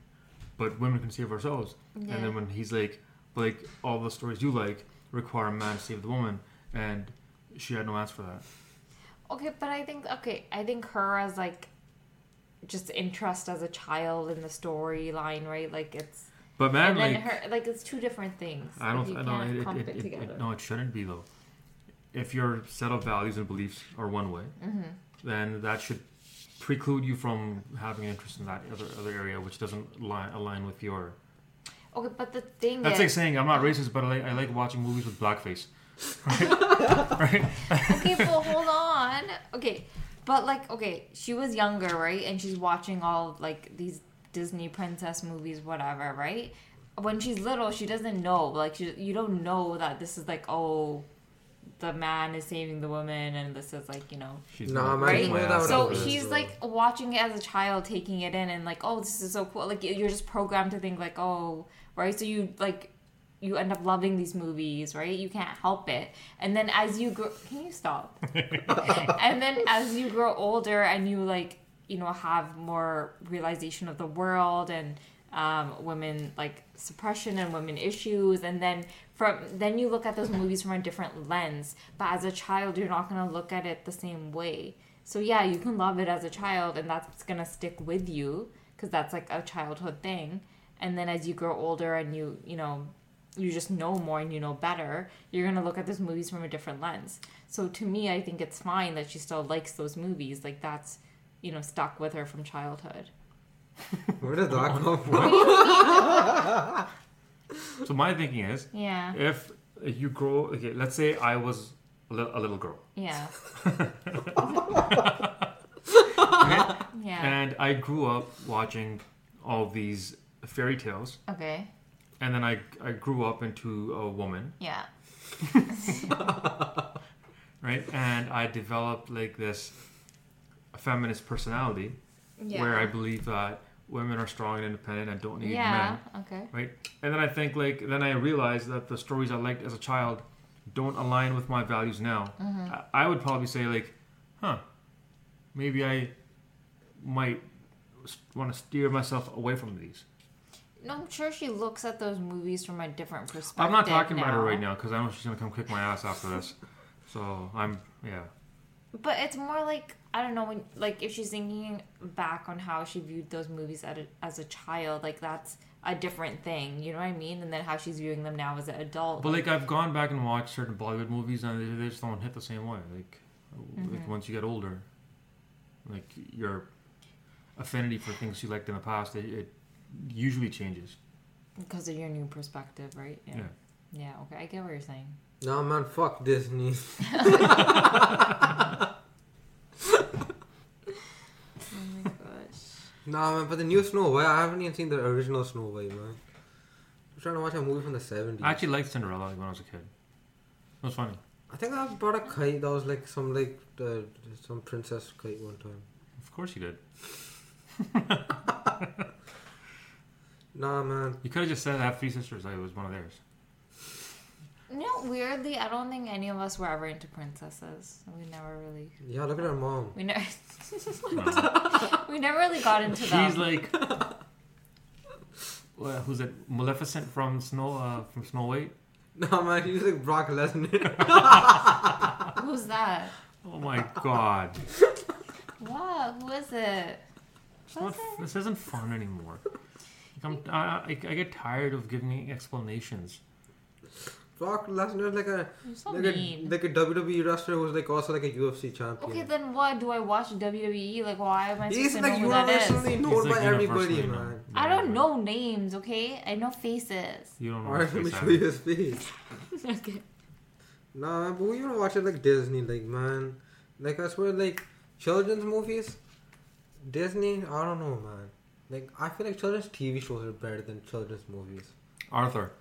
"But women can save ourselves." yeah. And then when he's like, "But like all the stories you like require a man to save the woman," and she had no answer for that. Okay, but I think okay, I think her as like just interest as a child in the storyline, right? Like it's But man, and then like her like it's two different things. I Like, don't. you I know can't it, clump it, it it, together. it, no, it shouldn't be though. If your set of values and beliefs are one way, Mm-hmm. then that should preclude you from having an interest in that other other area, which doesn't li- align with your. Okay, but the thing That's like is, saying I'm not racist, but I like, I like watching movies with blackface. [LAUGHS] okay, but hold on. Okay, but like, okay, she was younger, right? And she's watching all like these Disney princess movies, whatever, right? When she's little, she doesn't know. Like, she, you don't know that this is like, oh, the man is saving the woman, and this is like, you know, She's Nah, gonna man, kick you my know that ass would after So Yeah. this. he's like watching it as a child, taking it in, and like, oh, this is so cool. Like you're just programmed to think like, oh, right. So you like, you end up loving these movies, right? You can't help it. And then as you grow, can you stop? and then as you grow older and you like, you know, have more realization of the world and um, women like suppression and women issues, and then from then you look at those movies from a different lens. But as a child, you're not gonna look at it the same way. So yeah, you can love it as a child, and that's gonna stick with you because that's like a childhood thing. And then as you grow older and you you know you just know more and you know better, you're gonna look at those movies from a different lens. So to me, I think it's fine that she still likes those movies. Like that's you know stuck with her from childhood. [LAUGHS] Where did that come from? So my thinking is, Yeah, if you grow, okay, let's say I was a, li- a little girl, [LAUGHS] yeah, okay? yeah. and I grew up watching all these fairy tales. Okay, and then I, I grew up into a woman, yeah. right? And I developed like this feminist personality where I believe that women are strong and independent and don't need yeah. men. Okay. And then I think like then I realized that the stories I liked as a child don't align with my values now. I, I would probably say like, huh, maybe I might want to steer myself away from these. No, I'm sure she looks at those movies from a different perspective. I'm not talking now. about her right now because I know she's gonna come kick my ass after this. So I'm yeah. But it's more like I don't know when like if she's thinking back on how she viewed those movies at a, as a child, like that's a different thing. You know what I mean? And then how she's viewing them now as an adult. But like I've gone back and watched certain Bollywood movies and they, they just don't hit the same way. Like, like once you get older, like your affinity for things you liked in the past, it, it usually changes. because of your new perspective, right? Yeah. Yeah. Okay, I get what you're saying. No man, fuck Disney. Oh my gosh. Nah man, but the new Snow White, I haven't even seen the original Snow White, man. I'm trying to watch a movie from the seventies. I actually liked Cinderella when I was a kid. It was funny. I think I bought a kite that was like some like uh, some princess kite one time. Of course you did. Nah man. You could have just said I have three sisters. I was one of [LAUGHS] theirs. You know, weirdly, I don't think any of us were ever into princesses. We never really. Yeah, look at her mom. [LAUGHS] We never. No. [LAUGHS] we never really got into them. She's [LAUGHS] like, well, who's it? Maleficent from Snow uh, from Snow White. Nah man, she's like Brock Lesnar. [LAUGHS] Who's that? Oh my god. What? Who is it? It's not- this isn't fun anymore. Like, I'm, I, I, I get tired of giving explanations. Brock Lesnar is like a You're so like mean. a like a WWE wrestler who's like also like a UFC champion. Okay, then what? Do I watch WWE? Like, why am I supposed He's to like know who that is? universally He's, known like, by everybody, universally man. known. I don't know names, okay? I know faces. [LAUGHS] You don't know. Alright, What let me face show that is. you his face. okay. Nah, but we even watch it like Disney, like man. Like I swear, like children's movies, Disney. I don't know, man. Like I feel like children's TV shows are better than children's movies. Arthur,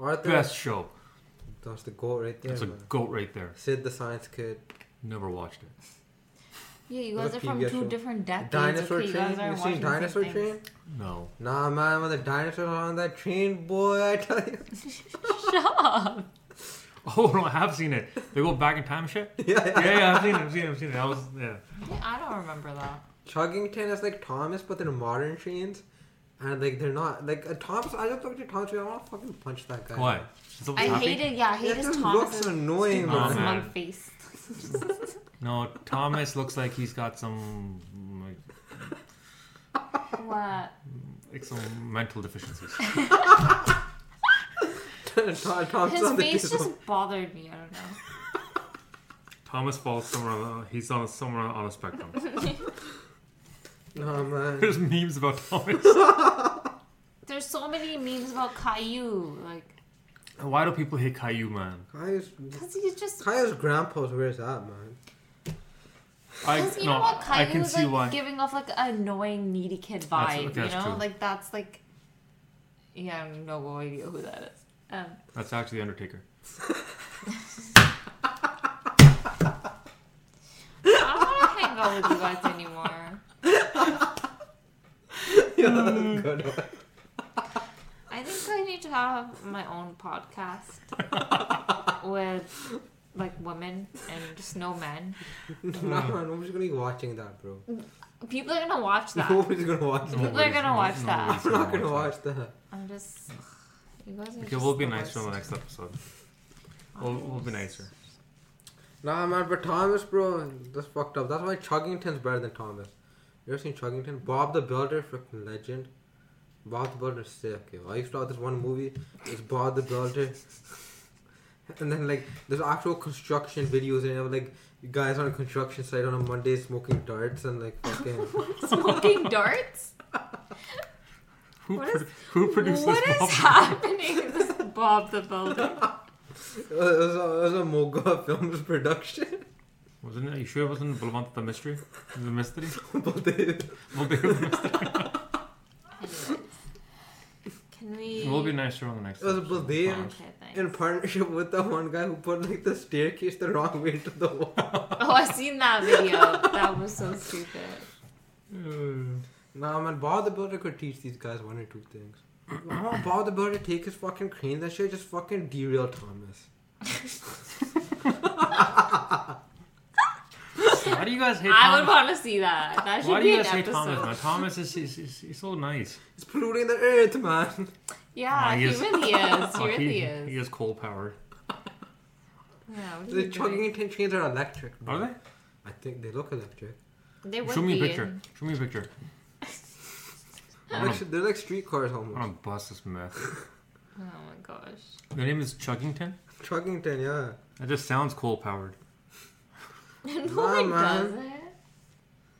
Arthur, best show. that's the goat right there, That's a man. goat right there. Sid the Science Kid, Never watched it. Yeah, you What guys are a from PBS two show. different decades. Dinosaur okay, you Train. guys are You seen Dinosaur Train? No. [LAUGHS] Nah, man. When the dinosaurs are on that train, boy, I tell you. [LAUGHS] Shut up. Oh no, I have seen it. They go back in time and shit. [LAUGHS] yeah, yeah. Yeah, yeah, I've seen it. I've seen it. I've seen it. I was yeah. Yeah, I don't remember that. Chuggington is like Thomas, but they're modern trains, and like they're not like uh, Thomas. I just looked at Thomas. and I want to fucking punch that guy. Why? She's always I happy? hated, yeah, I It hated just looks Thomas' annoying, Oh, [LAUGHS] man. man. smug [LAUGHS] face. No, Thomas looks like he's got some like, What? like some mental deficiencies. Tom- Tom's His on the face diesel. just bothered me. I don't know. Thomas falls somewhere. On the, he's on somewhere on the spectrum. [LAUGHS] No man. There's memes about Thomas. There's so many memes about Caillou. Like, Why do people hate Caillou, man? Kaya's, because he's just. Kaya's grandpa's where's that man? [LAUGHS] I Because you no, know what, I Caillou can is see like why. giving off like an annoying needy kid That's- vibe. okay, you that's know, true. like that's like, yeah, I have no idea who that is. Um, [LAUGHS] That's actually Undertaker. I don't want to hang out with you guys anymore. yeah, Mm. that's good. I think I need to have my own [LAUGHS] podcast with like women and just no men. [LAUGHS] no man, nobody's gonna be watching that, bro. People are gonna watch that. Nobody's gonna watch that. People are gonna watch that. I'm not gonna watch that. I'm just. You guys are Okay, just we'll be the nicer on the worst. next episode. We'll, we'll be [LAUGHS] nicer. Nah man, but Thomas, bro, that's fucked up. That's why Chuggington's better than Thomas. You ever seen Chuggington? Bob the Builder, freaking legend. Bob the Builder's sick. Yo. I used to watch this one movie. It's Bob the Builder. [LAUGHS] and then like there's actual construction videos and it was, like guys on a construction site on a Monday smoking darts and like [LAUGHS] fucking. [LAUGHS] [LAUGHS] Smoking darts. Who, What pro- who produced what this? is Bob? happening? This is Bob the Builder. It was, it was a, it was a Moga [LAUGHS] Films production. [LAUGHS] Wasn't it? You sure it wasn't Blavant the mystery? The mystery? but they, We'll [LAUGHS] be, Anyways. Can we? we'll be nicer on the next. It was episode, Blavant. I promise. Okay, thanks. in partnership with that one guy who put like the staircase the wrong way to the wall. Oh, I seen that video. that was so stupid. Uh, Nah, man, Bob the Builder could teach these guys one or two things. [CLEARS THROAT] Why don't Bob the Builder take his fucking crane? That shit just fucking derail Thomas. Why do you guys hate I would Thomas? want to see that. That should Why do be you an guys hate episode. Thomas? Man? Thomas is he's, he's, he's so nice. It's polluting the earth, man. [LAUGHS] Yeah, Oh, he he, is- [LAUGHS] really is. He Oh, really he, is. he has coal power. Yeah, what are [LAUGHS] The you doing? chugging tin trains are electric. Are man. they? I think they look electric. They would Show me a be. picture. Show me a picture. I They're wanna- like, they're like street cars I want almost. to bust this myth. Oh my gosh. [LAUGHS] Their name is Chuggington? Chugging tin, yeah. That just sounds coal powered. no, Nah, it man. doesn't.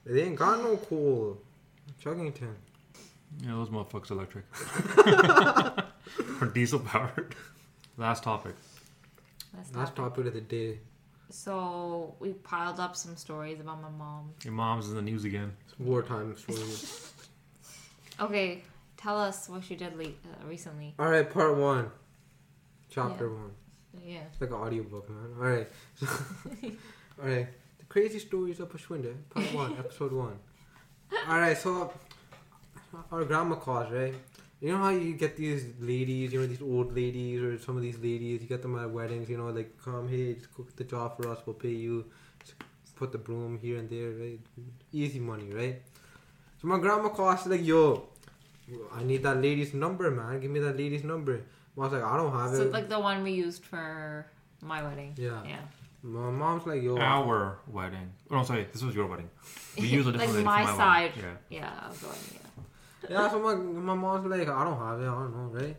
They ain't got no coal. Chugging tin. Yeah, those motherfuckers [LAUGHS] electric. [LAUGHS] or diesel powered. [LAUGHS] Last topic. That's not Last topic of the day. So we piled up some stories about my mom. Your mom's in the news again. It's [LAUGHS] wartime stories. Okay, tell us what she did late, uh, recently. Alright, part one. Chapter one. Yeah. It's like an audiobook, man. Alright. [LAUGHS] Alright. The crazy stories of Ashwinda, part [LAUGHS] one, episode one. Alright, so our grandma calls, right? You know how you get these ladies, you know, these old ladies or some of these ladies, you get them at weddings, you know, like, come here, just cook the job for us, we'll pay you. Just put the broom here and there, right? Easy money, right? So my grandma calls, she's like, yo, I need that lady's number, man. Give me that lady's number. Mom's like, I don't have So it. like the one we used for my wedding. Yeah. Yeah. My mom's like, yo, Our wedding. Oh, no, sorry. This was your wedding. We use a different lady for [LAUGHS] Like my wedding. side. Yeah. Yeah, of the wedding, yeah. yeah, so my, my mom's like, I don't have it, I don't know, right?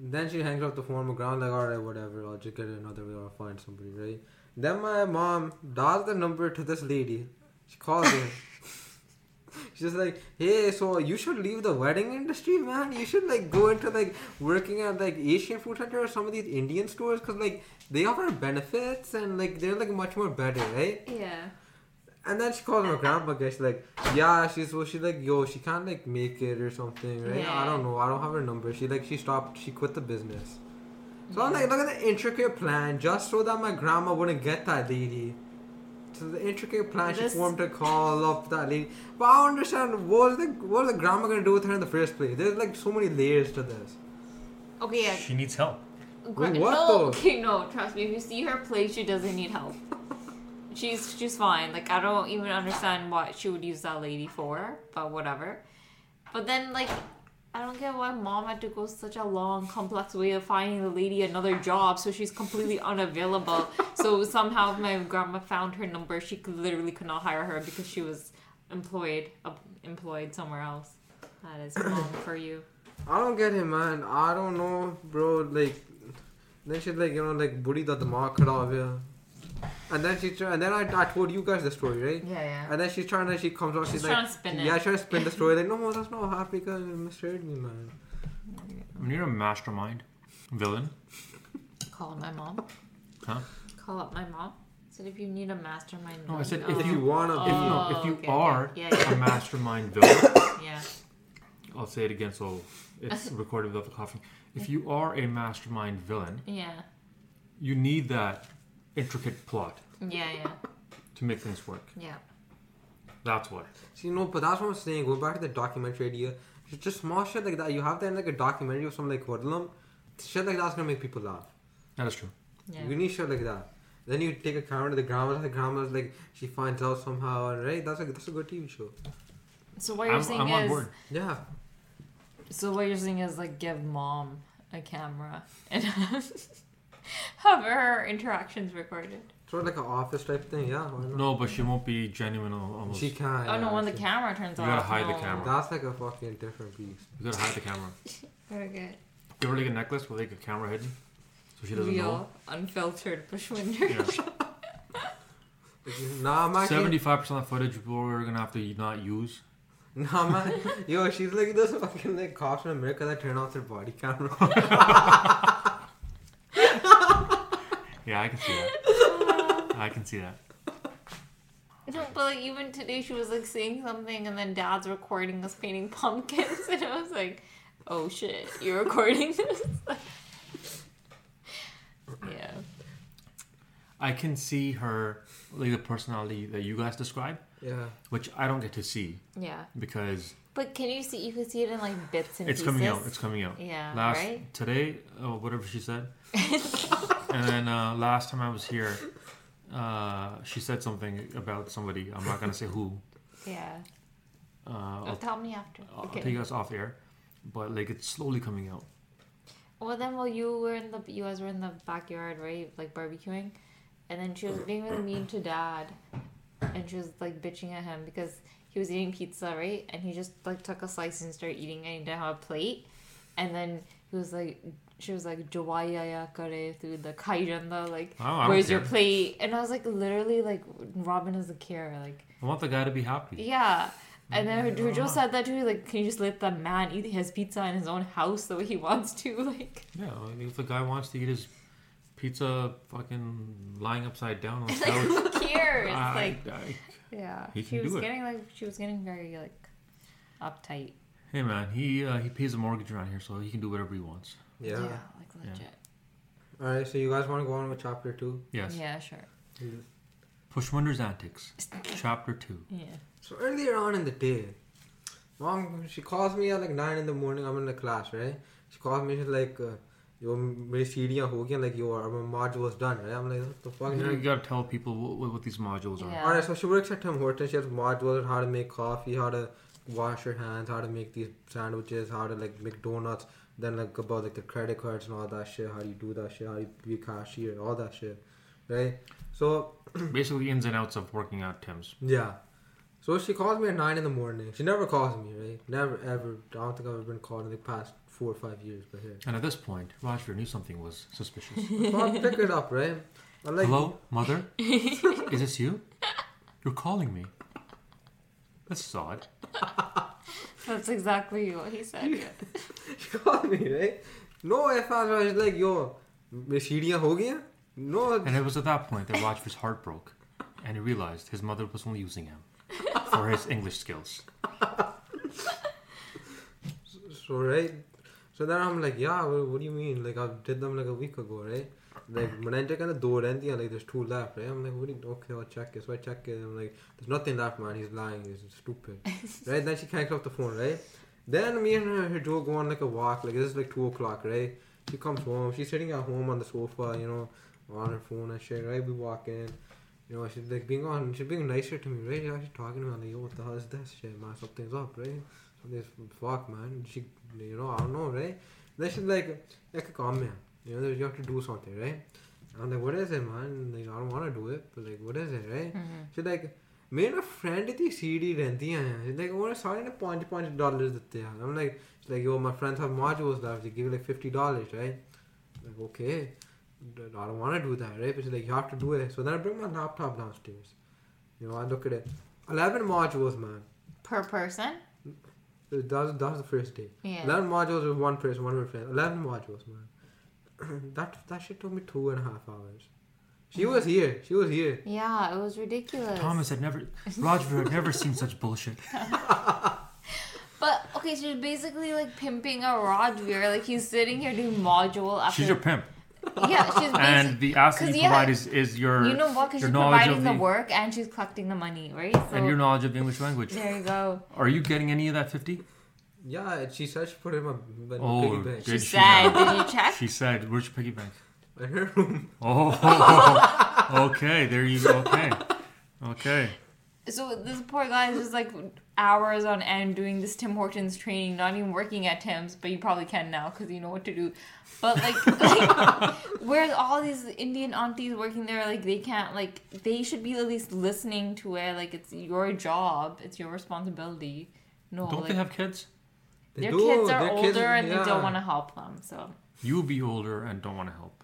Then she hangs up the phone on the ground, like, alright, whatever, I'll just get it another way, or I'll find somebody, right? Then my mom dials the number to this lady. She calls her. [LAUGHS] She's just like, hey, so you should leave the wedding industry, man. You should, like, go into, like, working at, like, Asian food center or some of these Indian stores, because, like, they offer benefits and, like, they're, like, much more better, right? Yeah. And then she calls my grandma again. She's like, yeah, she's well, she's like, yo, she can't like make it or something, right? Yeah. I don't know. I don't have her number. She like she stopped. She quit the business. So I'm like, look at the intricate plan, just so that my grandma wouldn't get that lady. So the intricate plan This- she formed to call up that lady. But I don't understand what is the what is the grandma gonna do with her in the first place? There's like so many layers to this. Okay, yeah. She needs help. Gra- What no, though? [LAUGHS] okay, no, trust me. If you see her play, she doesn't need [LAUGHS] help. She's she's fine. Like I don't even understand what she would use that lady for, but whatever. But then like I don't get why mom had to go such a long, complex way of finding the lady another job, so she's completely unavailable. so somehow my grandma found her number. She could, literally could not hire her because she was employed up employed somewhere else. That is mom for you. I don't get it, man. I don't know, bro. Like, then she's like, you know, like, booty the dimag kharaab hai. And then she, try- and then I, I told you guys the story, right? Yeah, yeah. And then she's trying to, she comes out, she's, She's like, trying to spin it. yeah, trying to spin [LAUGHS] the story. Like, no, that's not half because you misheard me, man. Oh. I mean, you're a mastermind. Villain. Call my mom. Huh? Call up my mom. Said if you need a mastermind. No, Oh, I said villain- if If you- you wanna Oh, be, no, if you okay, okay. are Yeah, yeah. a mastermind villain, [LAUGHS] yeah. I'll say it again so [LAUGHS] it's recorded without the coughing. If you are a mastermind villain, Yeah. you need that intricate plot Yeah. Yeah. to make things work. Yeah. That's why. see, no, but that's what I'm saying. Go back to the documentary idea. It's just small shit like that. You have that in, like, a documentary of some, like, hoodlum. Shit like that's gonna make people laugh. That is true. You Yeah. need shit like that. Then you take a camera to the grandma, the grandma's like, she finds out somehow, and right? That's a, that's a good TV show. So what you're I'm, saying I'm on is, board. Yeah. so what you're saying is like give mom a camera and [LAUGHS] have her interactions recorded. Sort of like an office type thing, yeah. why not? No, but she won't be genuine al- almost. She can. oh no, yeah, when the she- camera turns You off. gotta hide the no. camera. That's like a fucking different beast. You gotta hide the camera. Very good. Give her like a necklace with like a camera hidden so she doesn't Real, unfiltered [LAUGHS] Bushwinder. know. Like, you- Nah, Yeah. man. Seventy. 75% of the footage we're gonna have to not use. Nah, man. [LAUGHS] Yo, she's like those fucking like cops in America that turn off their body camera. [LAUGHS] Yeah, I can see that. [LAUGHS] I can see that. No, but like even today she was like saying something and then dad's recording us painting pumpkins [LAUGHS] and I was like, Oh shit, you're [LAUGHS] recording this? yeah. I can see her, like the personality that you guys describe, Yeah. which I don't get to see Yeah. because But can you see? You can see it in like bits and it's pieces. coming out. It's coming out. yeah. last right. today or whatever she said [LAUGHS] and then uh, last time i was here uh, she said something about somebody i'm not gonna say who Yeah. uh, I'll, Tell me after. I'll okay. Uh, take us off air but like it's slowly coming out Well, then while you were in the, you guys were in the backyard, right? Like barbecuing, and then she was being really mean to Dad, and she was like bitching at him because he was eating pizza, right? And he just like took a slice and started eating, and he didn't have a plate, and then he was like. She was like, "Jawaiya kare through the kaijanda, like, Oh, I don't where's your care. plate?" And I was like, literally, like, Robin doesn't care, like, i want the guy to be happy yeah. And then Jojo said that to me, like, can you just let the man eat his pizza in his own house the way he wants to? [LAUGHS] Like, yeah I mean, if the guy wants to eat his pizza fucking lying upside down [LAUGHS] on the like couch who cares? I- like, I- yeah. Oh. Ah, he She can was do it. getting like she was getting very like uptight. hey man he uh, he pays a mortgage around here so he can do whatever he wants Yeah. like legit. All right. So you guys want to go on with chapter two? Yeah, yes sure. [LAUGHS] pushwinder's antics chapter 2 Yeah. So earlier on in the day, mom she calls me at like nine in the morning. I'm in the class, right? She calls me. She's like, uh, "Yo, मेरी सीढ़ियाँ हो गई हैं, like your my module is done, right?" I'm like, "What the fuck?" you gotta tell people what, what these modules are Oh, Yeah. All right. So she works at Tim Hortons. She has modules: how to make coffee, how to wash your hands, how to make these sandwiches, how to like make donuts. Then like about like the credit cards and all that shit. How do you do that shit? How do you be a cashier? All that shit, right? So basically ins and outs of working out Tim's. Yeah. So she calls me at nine in the morning. She never calls me, right? Never ever. I don't think I've ever been called in the past four or five years, but here. And at this point, Roger knew something was suspicious. So I pick it up, right? I'm like, [LAUGHS] [LAUGHS] Hello, mother? Is this you? You're calling me. That's odd. That's exactly what he [LAUGHS] said. Yeah. She called me, right? No, if I was like, yo, मेरी सीढ़ियाँ हो गई हैं? No. And it was at that point that Roger's heart broke, and he realized his mother was only using him for his English [LAUGHS] skills. So right. So then I'm like, yeah. What, what do you mean? Like I did them like a week ago, right? [LAUGHS] Like when I take kind of door and yeah, like there's two left, right? I'm like, what do you, okay, I'll check it. So I check it. I'm like, there's nothing left, man. He's lying. He's stupid, [LAUGHS] right? Then she cranks off the phone, right? Then me and her, her Joe go on like a walk. Like this is like two o'clock, right? She comes home. She's sitting at home on the sofa, you know, on her phone and shit, right? We walk in. You know, she's like being on, she's being nicer to me, right? She's actually talking to me, I'm like, yo, what the hell is this shit, man? Something's up, right? Something's fuck, man. She, you know, I don't know, right? Then she's like, like, come here. You know, you have to do something, right? I'm like, what is it, man? Like, I don't want to do it, but like, what is it, right? Mm-hmm. She's like, मेरे ना friend थी CD रहती हैं like उन्होंने सारे ने पाँच पाँच डॉलर देते हैं हम like like yo my friends have modules that they give like 50 dollars right like okay I don't want to do that right but she's like you have to do it so then I bring my laptop downstairs you know I look at it 11 modules man Per person? that was, that was the first day Yeah. 11 modules with one person one with friend 11 modules man [CLEARS THROAT] that that shit took me two and a half hours she was here she was here Yeah, it was ridiculous. Thomas had never, Roger had never seen such bullshit. But okay, she's basically like pimping a Rodger. Like he's sitting here doing module after. She's your pimp, [LAUGHS] yeah, she's [LAUGHS] basically. and the ask that 'Cause you yeah, provide is, is your you know what? Because your she's knowledge of providing the, the- work and she's collecting the money, right? So and your knowledge of the English language. there you go. Are you getting any of that fifty? yeah she said she put it in my, my Oh, piggy bank Did She she said, now? "Did you [LAUGHS] check?" She said, "Where's your piggy bank?" in her room Oh, okay. There you go. Okay, okay. So this poor guy is just like hours on end doing this Tim Hortons training, not even working at Tim's, but you probably can now because you know what to do. But like, [LAUGHS] like where's all these Indian aunties working there? Like they can't like they should be at least listening to it. Like it's your job, it's your responsibility. No, Don't like, they have kids? [LAUGHS] their do, kids are their older kids- and they yeah. don't want to help them. So You be older and don't want to help.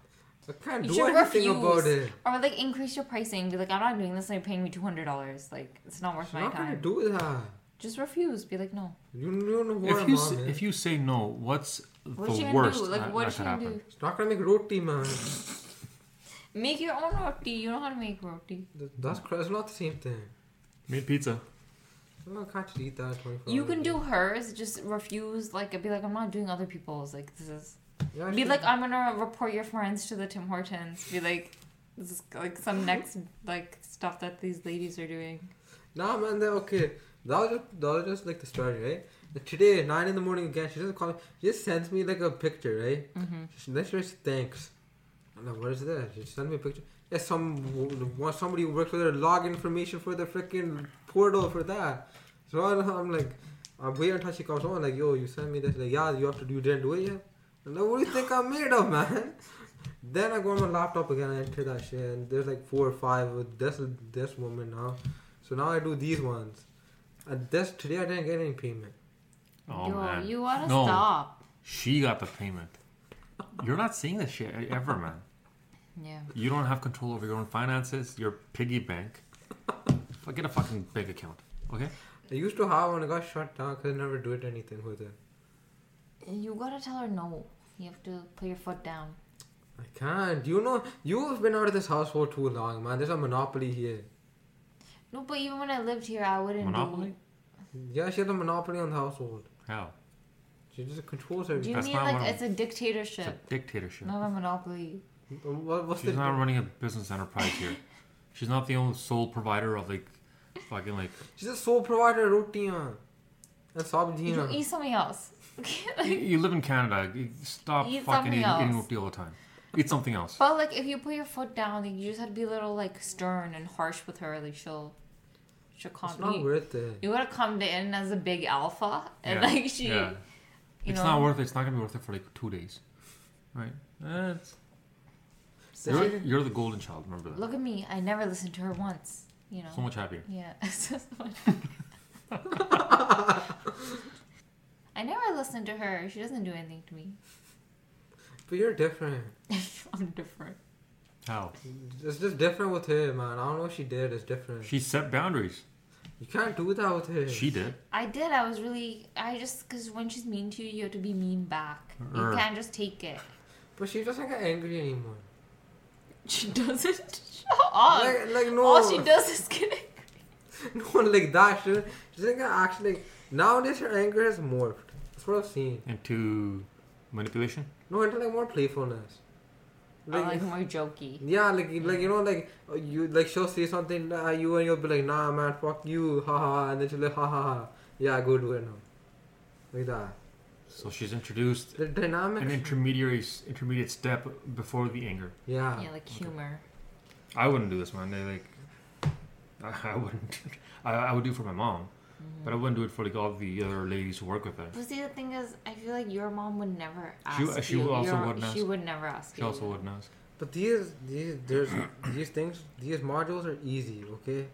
I can't you do should anything refuse about it. or like increase your pricing. Be like, I'm not doing this. And you're paying me two hundred dollars. Like it's not worth She's my not gonna time. do that. just refuse. Be like, no. You, you don't know what if you mom say, is. if you say no, what's What's she the gonna worst do? Like, that, what that is she could gonna happen? do? She's not gonna make roti, man. Make your own roti. You know how to make roti. Th- That's cr- it's not the same thing. Made pizza. No, I can't just eat that. at 24 You hours can a do day. hers. Just refuse. Like, be like, I'm not doing other people's. Like, this is. Yeah, Be she- like, I'm gonna report your friends to the Tim Hortons. Be like, This is like [LAUGHS] some next like stuff that these ladies are doing. Nah, man, they're okay. That was just, that was just like the story, right? Like, today, nine in the morning again, she doesn't call me. She just sends me like a picture, right? Mhm. She, then she writes thanks. I'm like, what is that? She sent me a picture. Yeah, some w- somebody who works with her log information for the freaking portal for that. So I, I'm like, I'm waiting until she comes on. Like, yo, you sent me this. Like, yeah, you have to do. You didn't do it yet. I'm like, what do you think I'm made of, man? [LAUGHS] Then I go on my laptop again. I enter that shit, and there's like four or five with this this woman now. So now I do these ones. And this today I didn't get any payment. Oh Yo, man, you wanna No. stop. she got the payment. You're not seeing this shit ever, man. Yeah. You don't have control over your own finances. Your piggy bank. Fuck, Get a fucking bank account, okay? I used to have one. I got shut down because I never did anything with it. You gotta tell her no. You have to put your foot down. I can't. You know, you've been out of this house for too long, man. There's a monopoly here. No, but even when I lived here, I wouldn't Monopoly? Yeah, she has a monopoly on the household. How? She just controls do. Do everything. you That's mean not like what I'm- it's a It's a dictatorship, dictatorship. not a monopoly? What, what's the? She's not running a business enterprise here. She's not the only sole provider of like, fucking [LAUGHS] like. She's a sole provider of rotiyan and You sabjiyan. eat something else. You, you live in Canada. You Stop Eat fucking something eating, eating else. roti all the time. Eat something else. But like, if you put your foot down, like, you just have to be a little like stern and harsh with her. Like she'll, she'll It's calm not you. worth it. You gotta come in as a big alpha, and Yeah, like she, yeah. you it's know, not worth it. It's not gonna be worth it for like two days, right? Eh, it's- so you're, she- you're the golden child. Remember that. look at me. I never listened to her once. You know. so much happier. Yeah. [LAUGHS] so much. I never listened to her. She doesn't do anything to me. But you're different. [LAUGHS] I'm different. How? It's just different with her, man. I don't know what she did. It's different. She set boundaries. You can't do that with her. She did. I did. I was really. I just because when she's mean to you, you have to be mean back. You Er. can't just take it. But she doesn't get angry anymore. She doesn't. Shut up. Like, like no. All she does is get angry. [LAUGHS] No, like that. She, she doesn't get actually. Like, nowadays, her anger has morphed. That's what I've seen. Into manipulation. No, into like more playfulness. I like more jokey. Yeah, like like you know, like uh, you like she'll say something uh, you and you'll be like, nah, man, fuck you, haha, and then she'll be like, haha, yeah, good one, like that. So she's introduced The dynamic, an intermediary s- intermediate step before the anger. yeah. Yeah, like humor. I wouldn't do this, man. They like, [LAUGHS] I, I wouldn't. I, I would do it for my mom, Mm-hmm. but I wouldn't do it for like all the other ladies who work with her. But see, the thing is, I feel like your mom would never ask She- she you. also Your- wouldn't She ask. would never ask She you. also wouldn't ask. But these these there's these things these modules are easy, okay.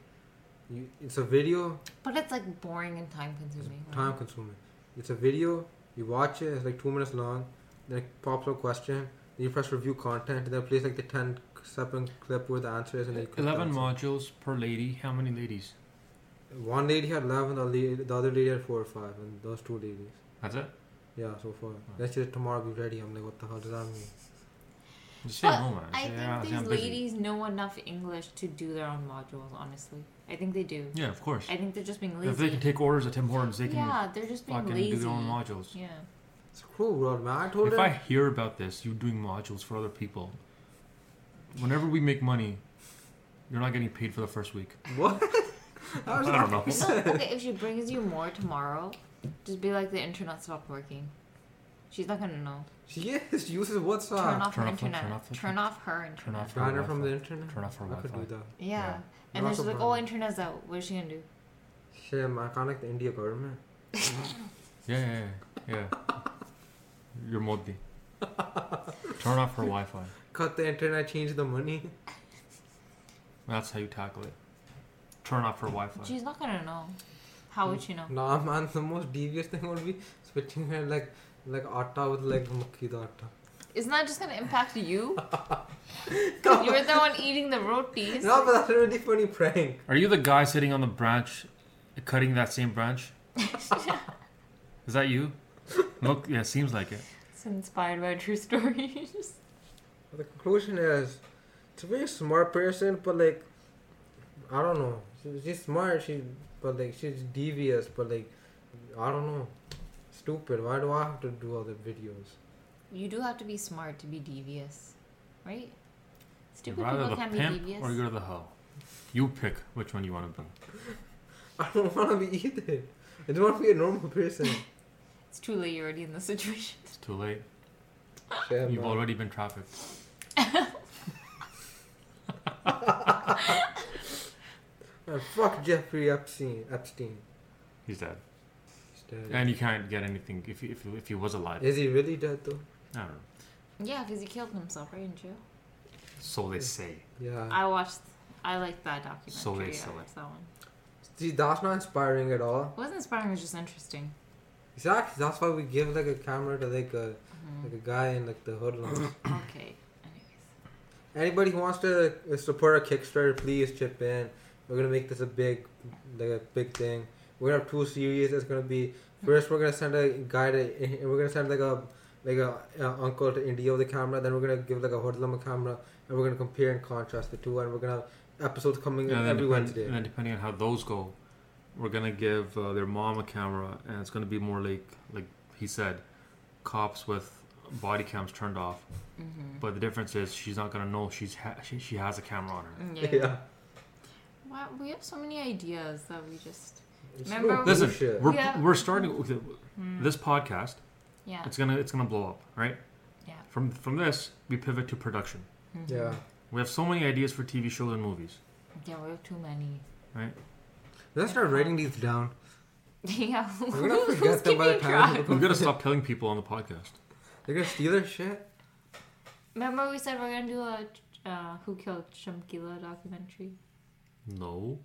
You, it's a video, But it's like boring and time it's consuming. time consuming. It's a video. You watch it. It's like two minutes long. Then it pops up question. Then you press review content. And then it plays like the ten second clip where the answer is. And then you click Eleven answer. modules per lady. How many ladies? One lady had eleven, the, lady, the other lady had four or five, and those two ladies. That's it. Yeah, so far. Then she said, tomorrow be ready. I'm like, what the hell does that mean? Just say But no, man. I Say, think "Yeah, see, I'm these busy." ladies know enough English to do their own modules. Honestly, I think they do. Yeah, of course. I think they're just being If they lazy. can take orders at Tim Hortons, they can yeah, they're just being fucking lazy. do their own modules. Yeah. It's a cruel world, man. I told If her. I hear about this, you doing modules for other people. Whenever we make money, you're not getting paid for the first week. [LAUGHS] What? [LAUGHS] I, I was don't know. No, okay, if she brings you more tomorrow, just be like the internet stopped working. She's not gonna know. She is. She uses turn WhatsApp. off her turn off the- internet. turn off the- turn off her internet. Turn off Ban your her from the Wi-Fi. internet. Turn off her Mm-hmm. I could do Wi-Fi. that. Yeah. Yeah. And then Lots she's of like, oh, problems. internet's out. What is she gonna do? Shit, man. I can't like the India government. Yeah, yeah, yeah. yeah. You're [LAUGHS] Modi. Turn off her Wi-Fi. Cut the internet, change the money. That's how you tackle it. Turn off her Wi-Fi. She's not gonna know. How would she know? Mm. Nah, man. The most devious thing would be switching her like like atta with like mukhi da atta. Isn't that just gonna impact [LAUGHS] you? [LAUGHS] 'Cause you're the one eating the rotis. No, but that's a really funny prank. Are you the guy sitting on the branch, cutting that same [LAUGHS] branch? Is that you? Look, yeah, seems like it. It's inspired by a true [LAUGHS] story. Just- But the conclusion is, it's a very smart person, but like, I don't know. She, she's smart, she, but like, she's devious, but like, I don't know. Stupid. Why do I have to do all the videos? [LAUGHS] you do have to be smart to be devious, right? Stupid Rather people the can be pimp devious. or go to the hell. You pick which one you want to be. I don't want to be either. I just want to be a normal person. It's too late. You're already in the situation. It's too late. Shit, You've man. already been trafficked. Man, fuck Jeffrey Epstein. Epstein. He's dead, He's dead. and you can't get anything if he, if he, if he was alive. Is he really dead though? I don't know. Yeah, because he killed himself right in jail. So they say. Yeah. I watched. I liked that documentary. So they I sell watched that one. See, that's not inspiring at all. It wasn't inspiring. It was just interesting. Exactly. That's why we give like a camera to like a Mhm. like a guy in like the hoodlums. [CLEARS THROAT] okay. Anyways. Anybody who wants to uh, support our Kickstarter, please chip in. We're gonna make this a big, like a big thing. We're gonna have two series. It's gonna be first we're gonna send a guy to, we're gonna send like a like a uh, uncle to India with a camera. Then we're gonna give like a hoodlum a camera, and we're gonna compare and contrast the two. And we're gonna have episodes coming And then, every depend- Wednesday. and then depending on how those go, we're gonna give uh, their mom a camera, and it's gonna be more like like he said, cops with body cams turned off. Mm-hmm. But the difference is she's not gonna know she's ha- she, she has a camera on her. Mm-hmm. [LAUGHS] Yeah. yeah. Wow, we have so many ideas that we just. It's Remember- little Listen, bullshit. We're, Mm. Yeah. we're starting okay, Hmm. this podcast. Yeah. It's gonna it's gonna blow up, right? Yeah. From from this, we pivot to production. Mhm. Yeah. We have so many ideas for TV shows and [LAUGHS] movies. Yeah, we have too many. [LAUGHS] Let's start writing these down. yeah. We're gonna who's forget them by the keeping time. track? We've got to stop telling people on the podcast. They're gonna steal their shit. Remember we said we're gonna do a uh, Who Killed Shamkila documentary. No,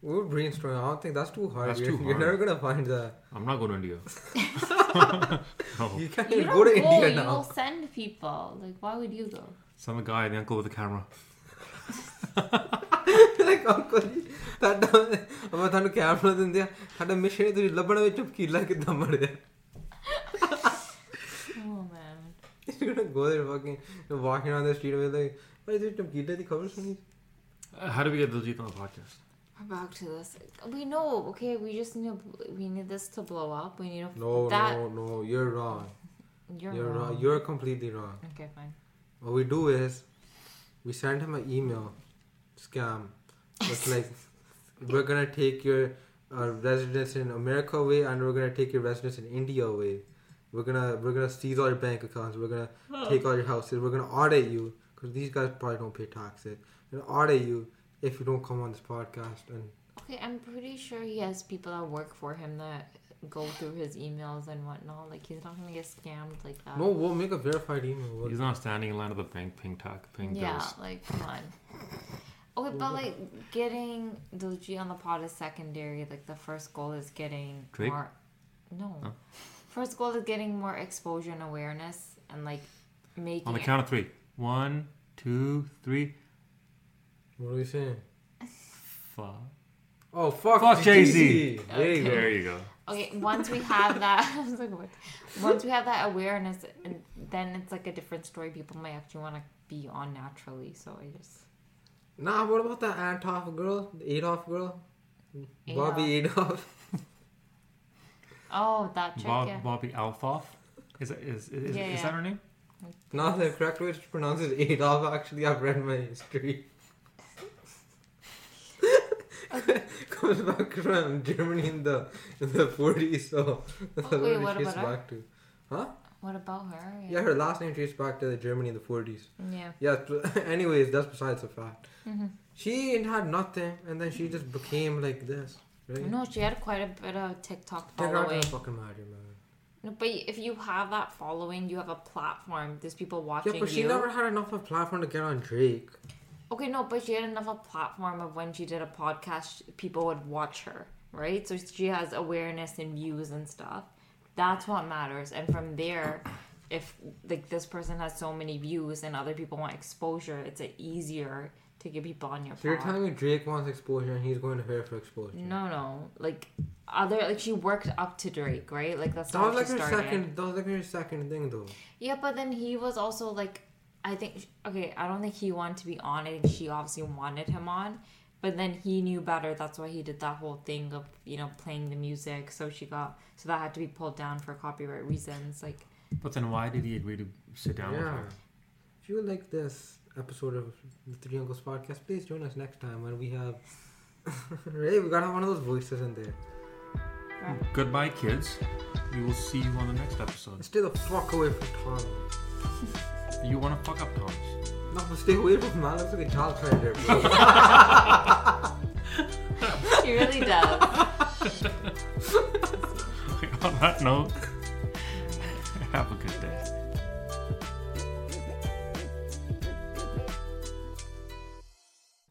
We were brainstorming. I don't think that's too hard. That's you're, too you're hard. never gonna find that. I'm not going to [LAUGHS] India. [LAUGHS] no. You can't You even don't go to go, India You'll now. send people. Like, why would you go? Some guy, the uncle with the camera. [LAUGHS] like uncle, ਜੀ, [LAUGHS] ਤੁਹਾਡਾ ਅਮਾ ਤੁਹਾਨੂੰ camera ਦਿੰਦੇ ਆ ਤੁਹਾਡਾ mission ਹੈ ਤੁਸੀਂ ਲੱਭਣ ਵਿੱਚ ਚੁਪਕੀਲਾ ਕਿੱਦਾਂ [LAUGHS] ਮੜਿਆ Oh man. You gonna go there fucking walking on the street with like ਪਰ ਤੁਸੀਂ ਚੁਪਕੀਲੇ ਦੀ ਖਬਰ ਸੁਣੀ Uh, how do we get Diljit on the podcast? We're back to this. We know, okay. We just need we need this to blow up. We need to, no that. No no you are wrong You're, you are wrong. Wrong you are completely wrong Okay, fine. What we do is we send him an email scam. It's like we're gonna take your uh, residence in America away, and we're gonna take your residence in India away. We're gonna we're gonna seize all your bank accounts. We're gonna take all your houses. We're gonna audit you because these guys probably don't pay taxes. We're gonna audit you if you don't come on this podcast. And Okay, I'm pretty sure he has people that work for him that go through his emails and whatnot. Like he's not gonna get scammed like that. no, we'll make a verified email. We'll- He's not standing in line at the bank, ping tack, ping Yeah, bills. like come on. Okay, but like getting Doji on the pod is secondary. Like the first goal is getting Drake? more. No. Oh. First goal is getting more exposure and awareness, and like making On the it- count of three. One, two, three. What are we saying? Fuck. Oh fuck! Fuck Jay-Z. There you go. There you go. Okay, once we have that, [LAUGHS] [LAUGHS] I was like, what? Once we have that awareness, and then it's like a different story. People might actually want to be on naturally. So I just Nah, what about that Antoff girl, the Adolf girl, Bobby Adolf? [LAUGHS] oh that chick, Bob, yeah. Bobby Alfoff. Is that, is, is, Yeah, is yeah. that her name? No, the correct way to pronounce it is Adolf. Actually, I've read my history. [LAUGHS] Comes back from Germany in the in the 40s, so [LAUGHS] that's Oh, what wait, it what traced about her? back to. What about her? Yeah, her last name traced back to the Germany in the 40s. Yeah. Yeah, t- [LAUGHS] anyways, that's besides the fact. Mhm. She had nothing, and then she just became like this, right? No, she had quite a bit of TikTok They're not following. gonna fucking matter, man. No, but if you have that following, you have a platform. There's people watching Yeah, but she you. never had enough of a platform to get on Drake. Okay, no, but she had enough of a platform of when she did a podcast, people would watch her, right? So she has awareness and views and stuff. That's what matters. And from there, if like this person has so many views and other people want exposure, it's uh, easier to get people on your So you're pod. telling me Drake wants exposure, and he's going to her for exposure? No, no, like other like she worked up to Drake, right? Like that's That was not how like she her started. second. That was like her second thing, though. Yeah, but then he was also like, I think okay, I don't think he wanted to be on. I think she obviously wanted him on, but then he knew better. That's why he did that whole thing of you know playing the music. So she got so that had to be pulled down for copyright reasons. Like But then why did he agree to sit down with Yeah. her? If you like this, episode of the Three Uncles podcast, please join us next time when we have. [LAUGHS] Ray, we gotta have one of those voices in there. Goodbye, kids. We will see you on the next episode. Stay the fuck away from Tom. You want to fuck up, Thomas? [LAUGHS] No, but stay away from Matt. Looks like a child predator, bro. He really does. on that note. [LAUGHS]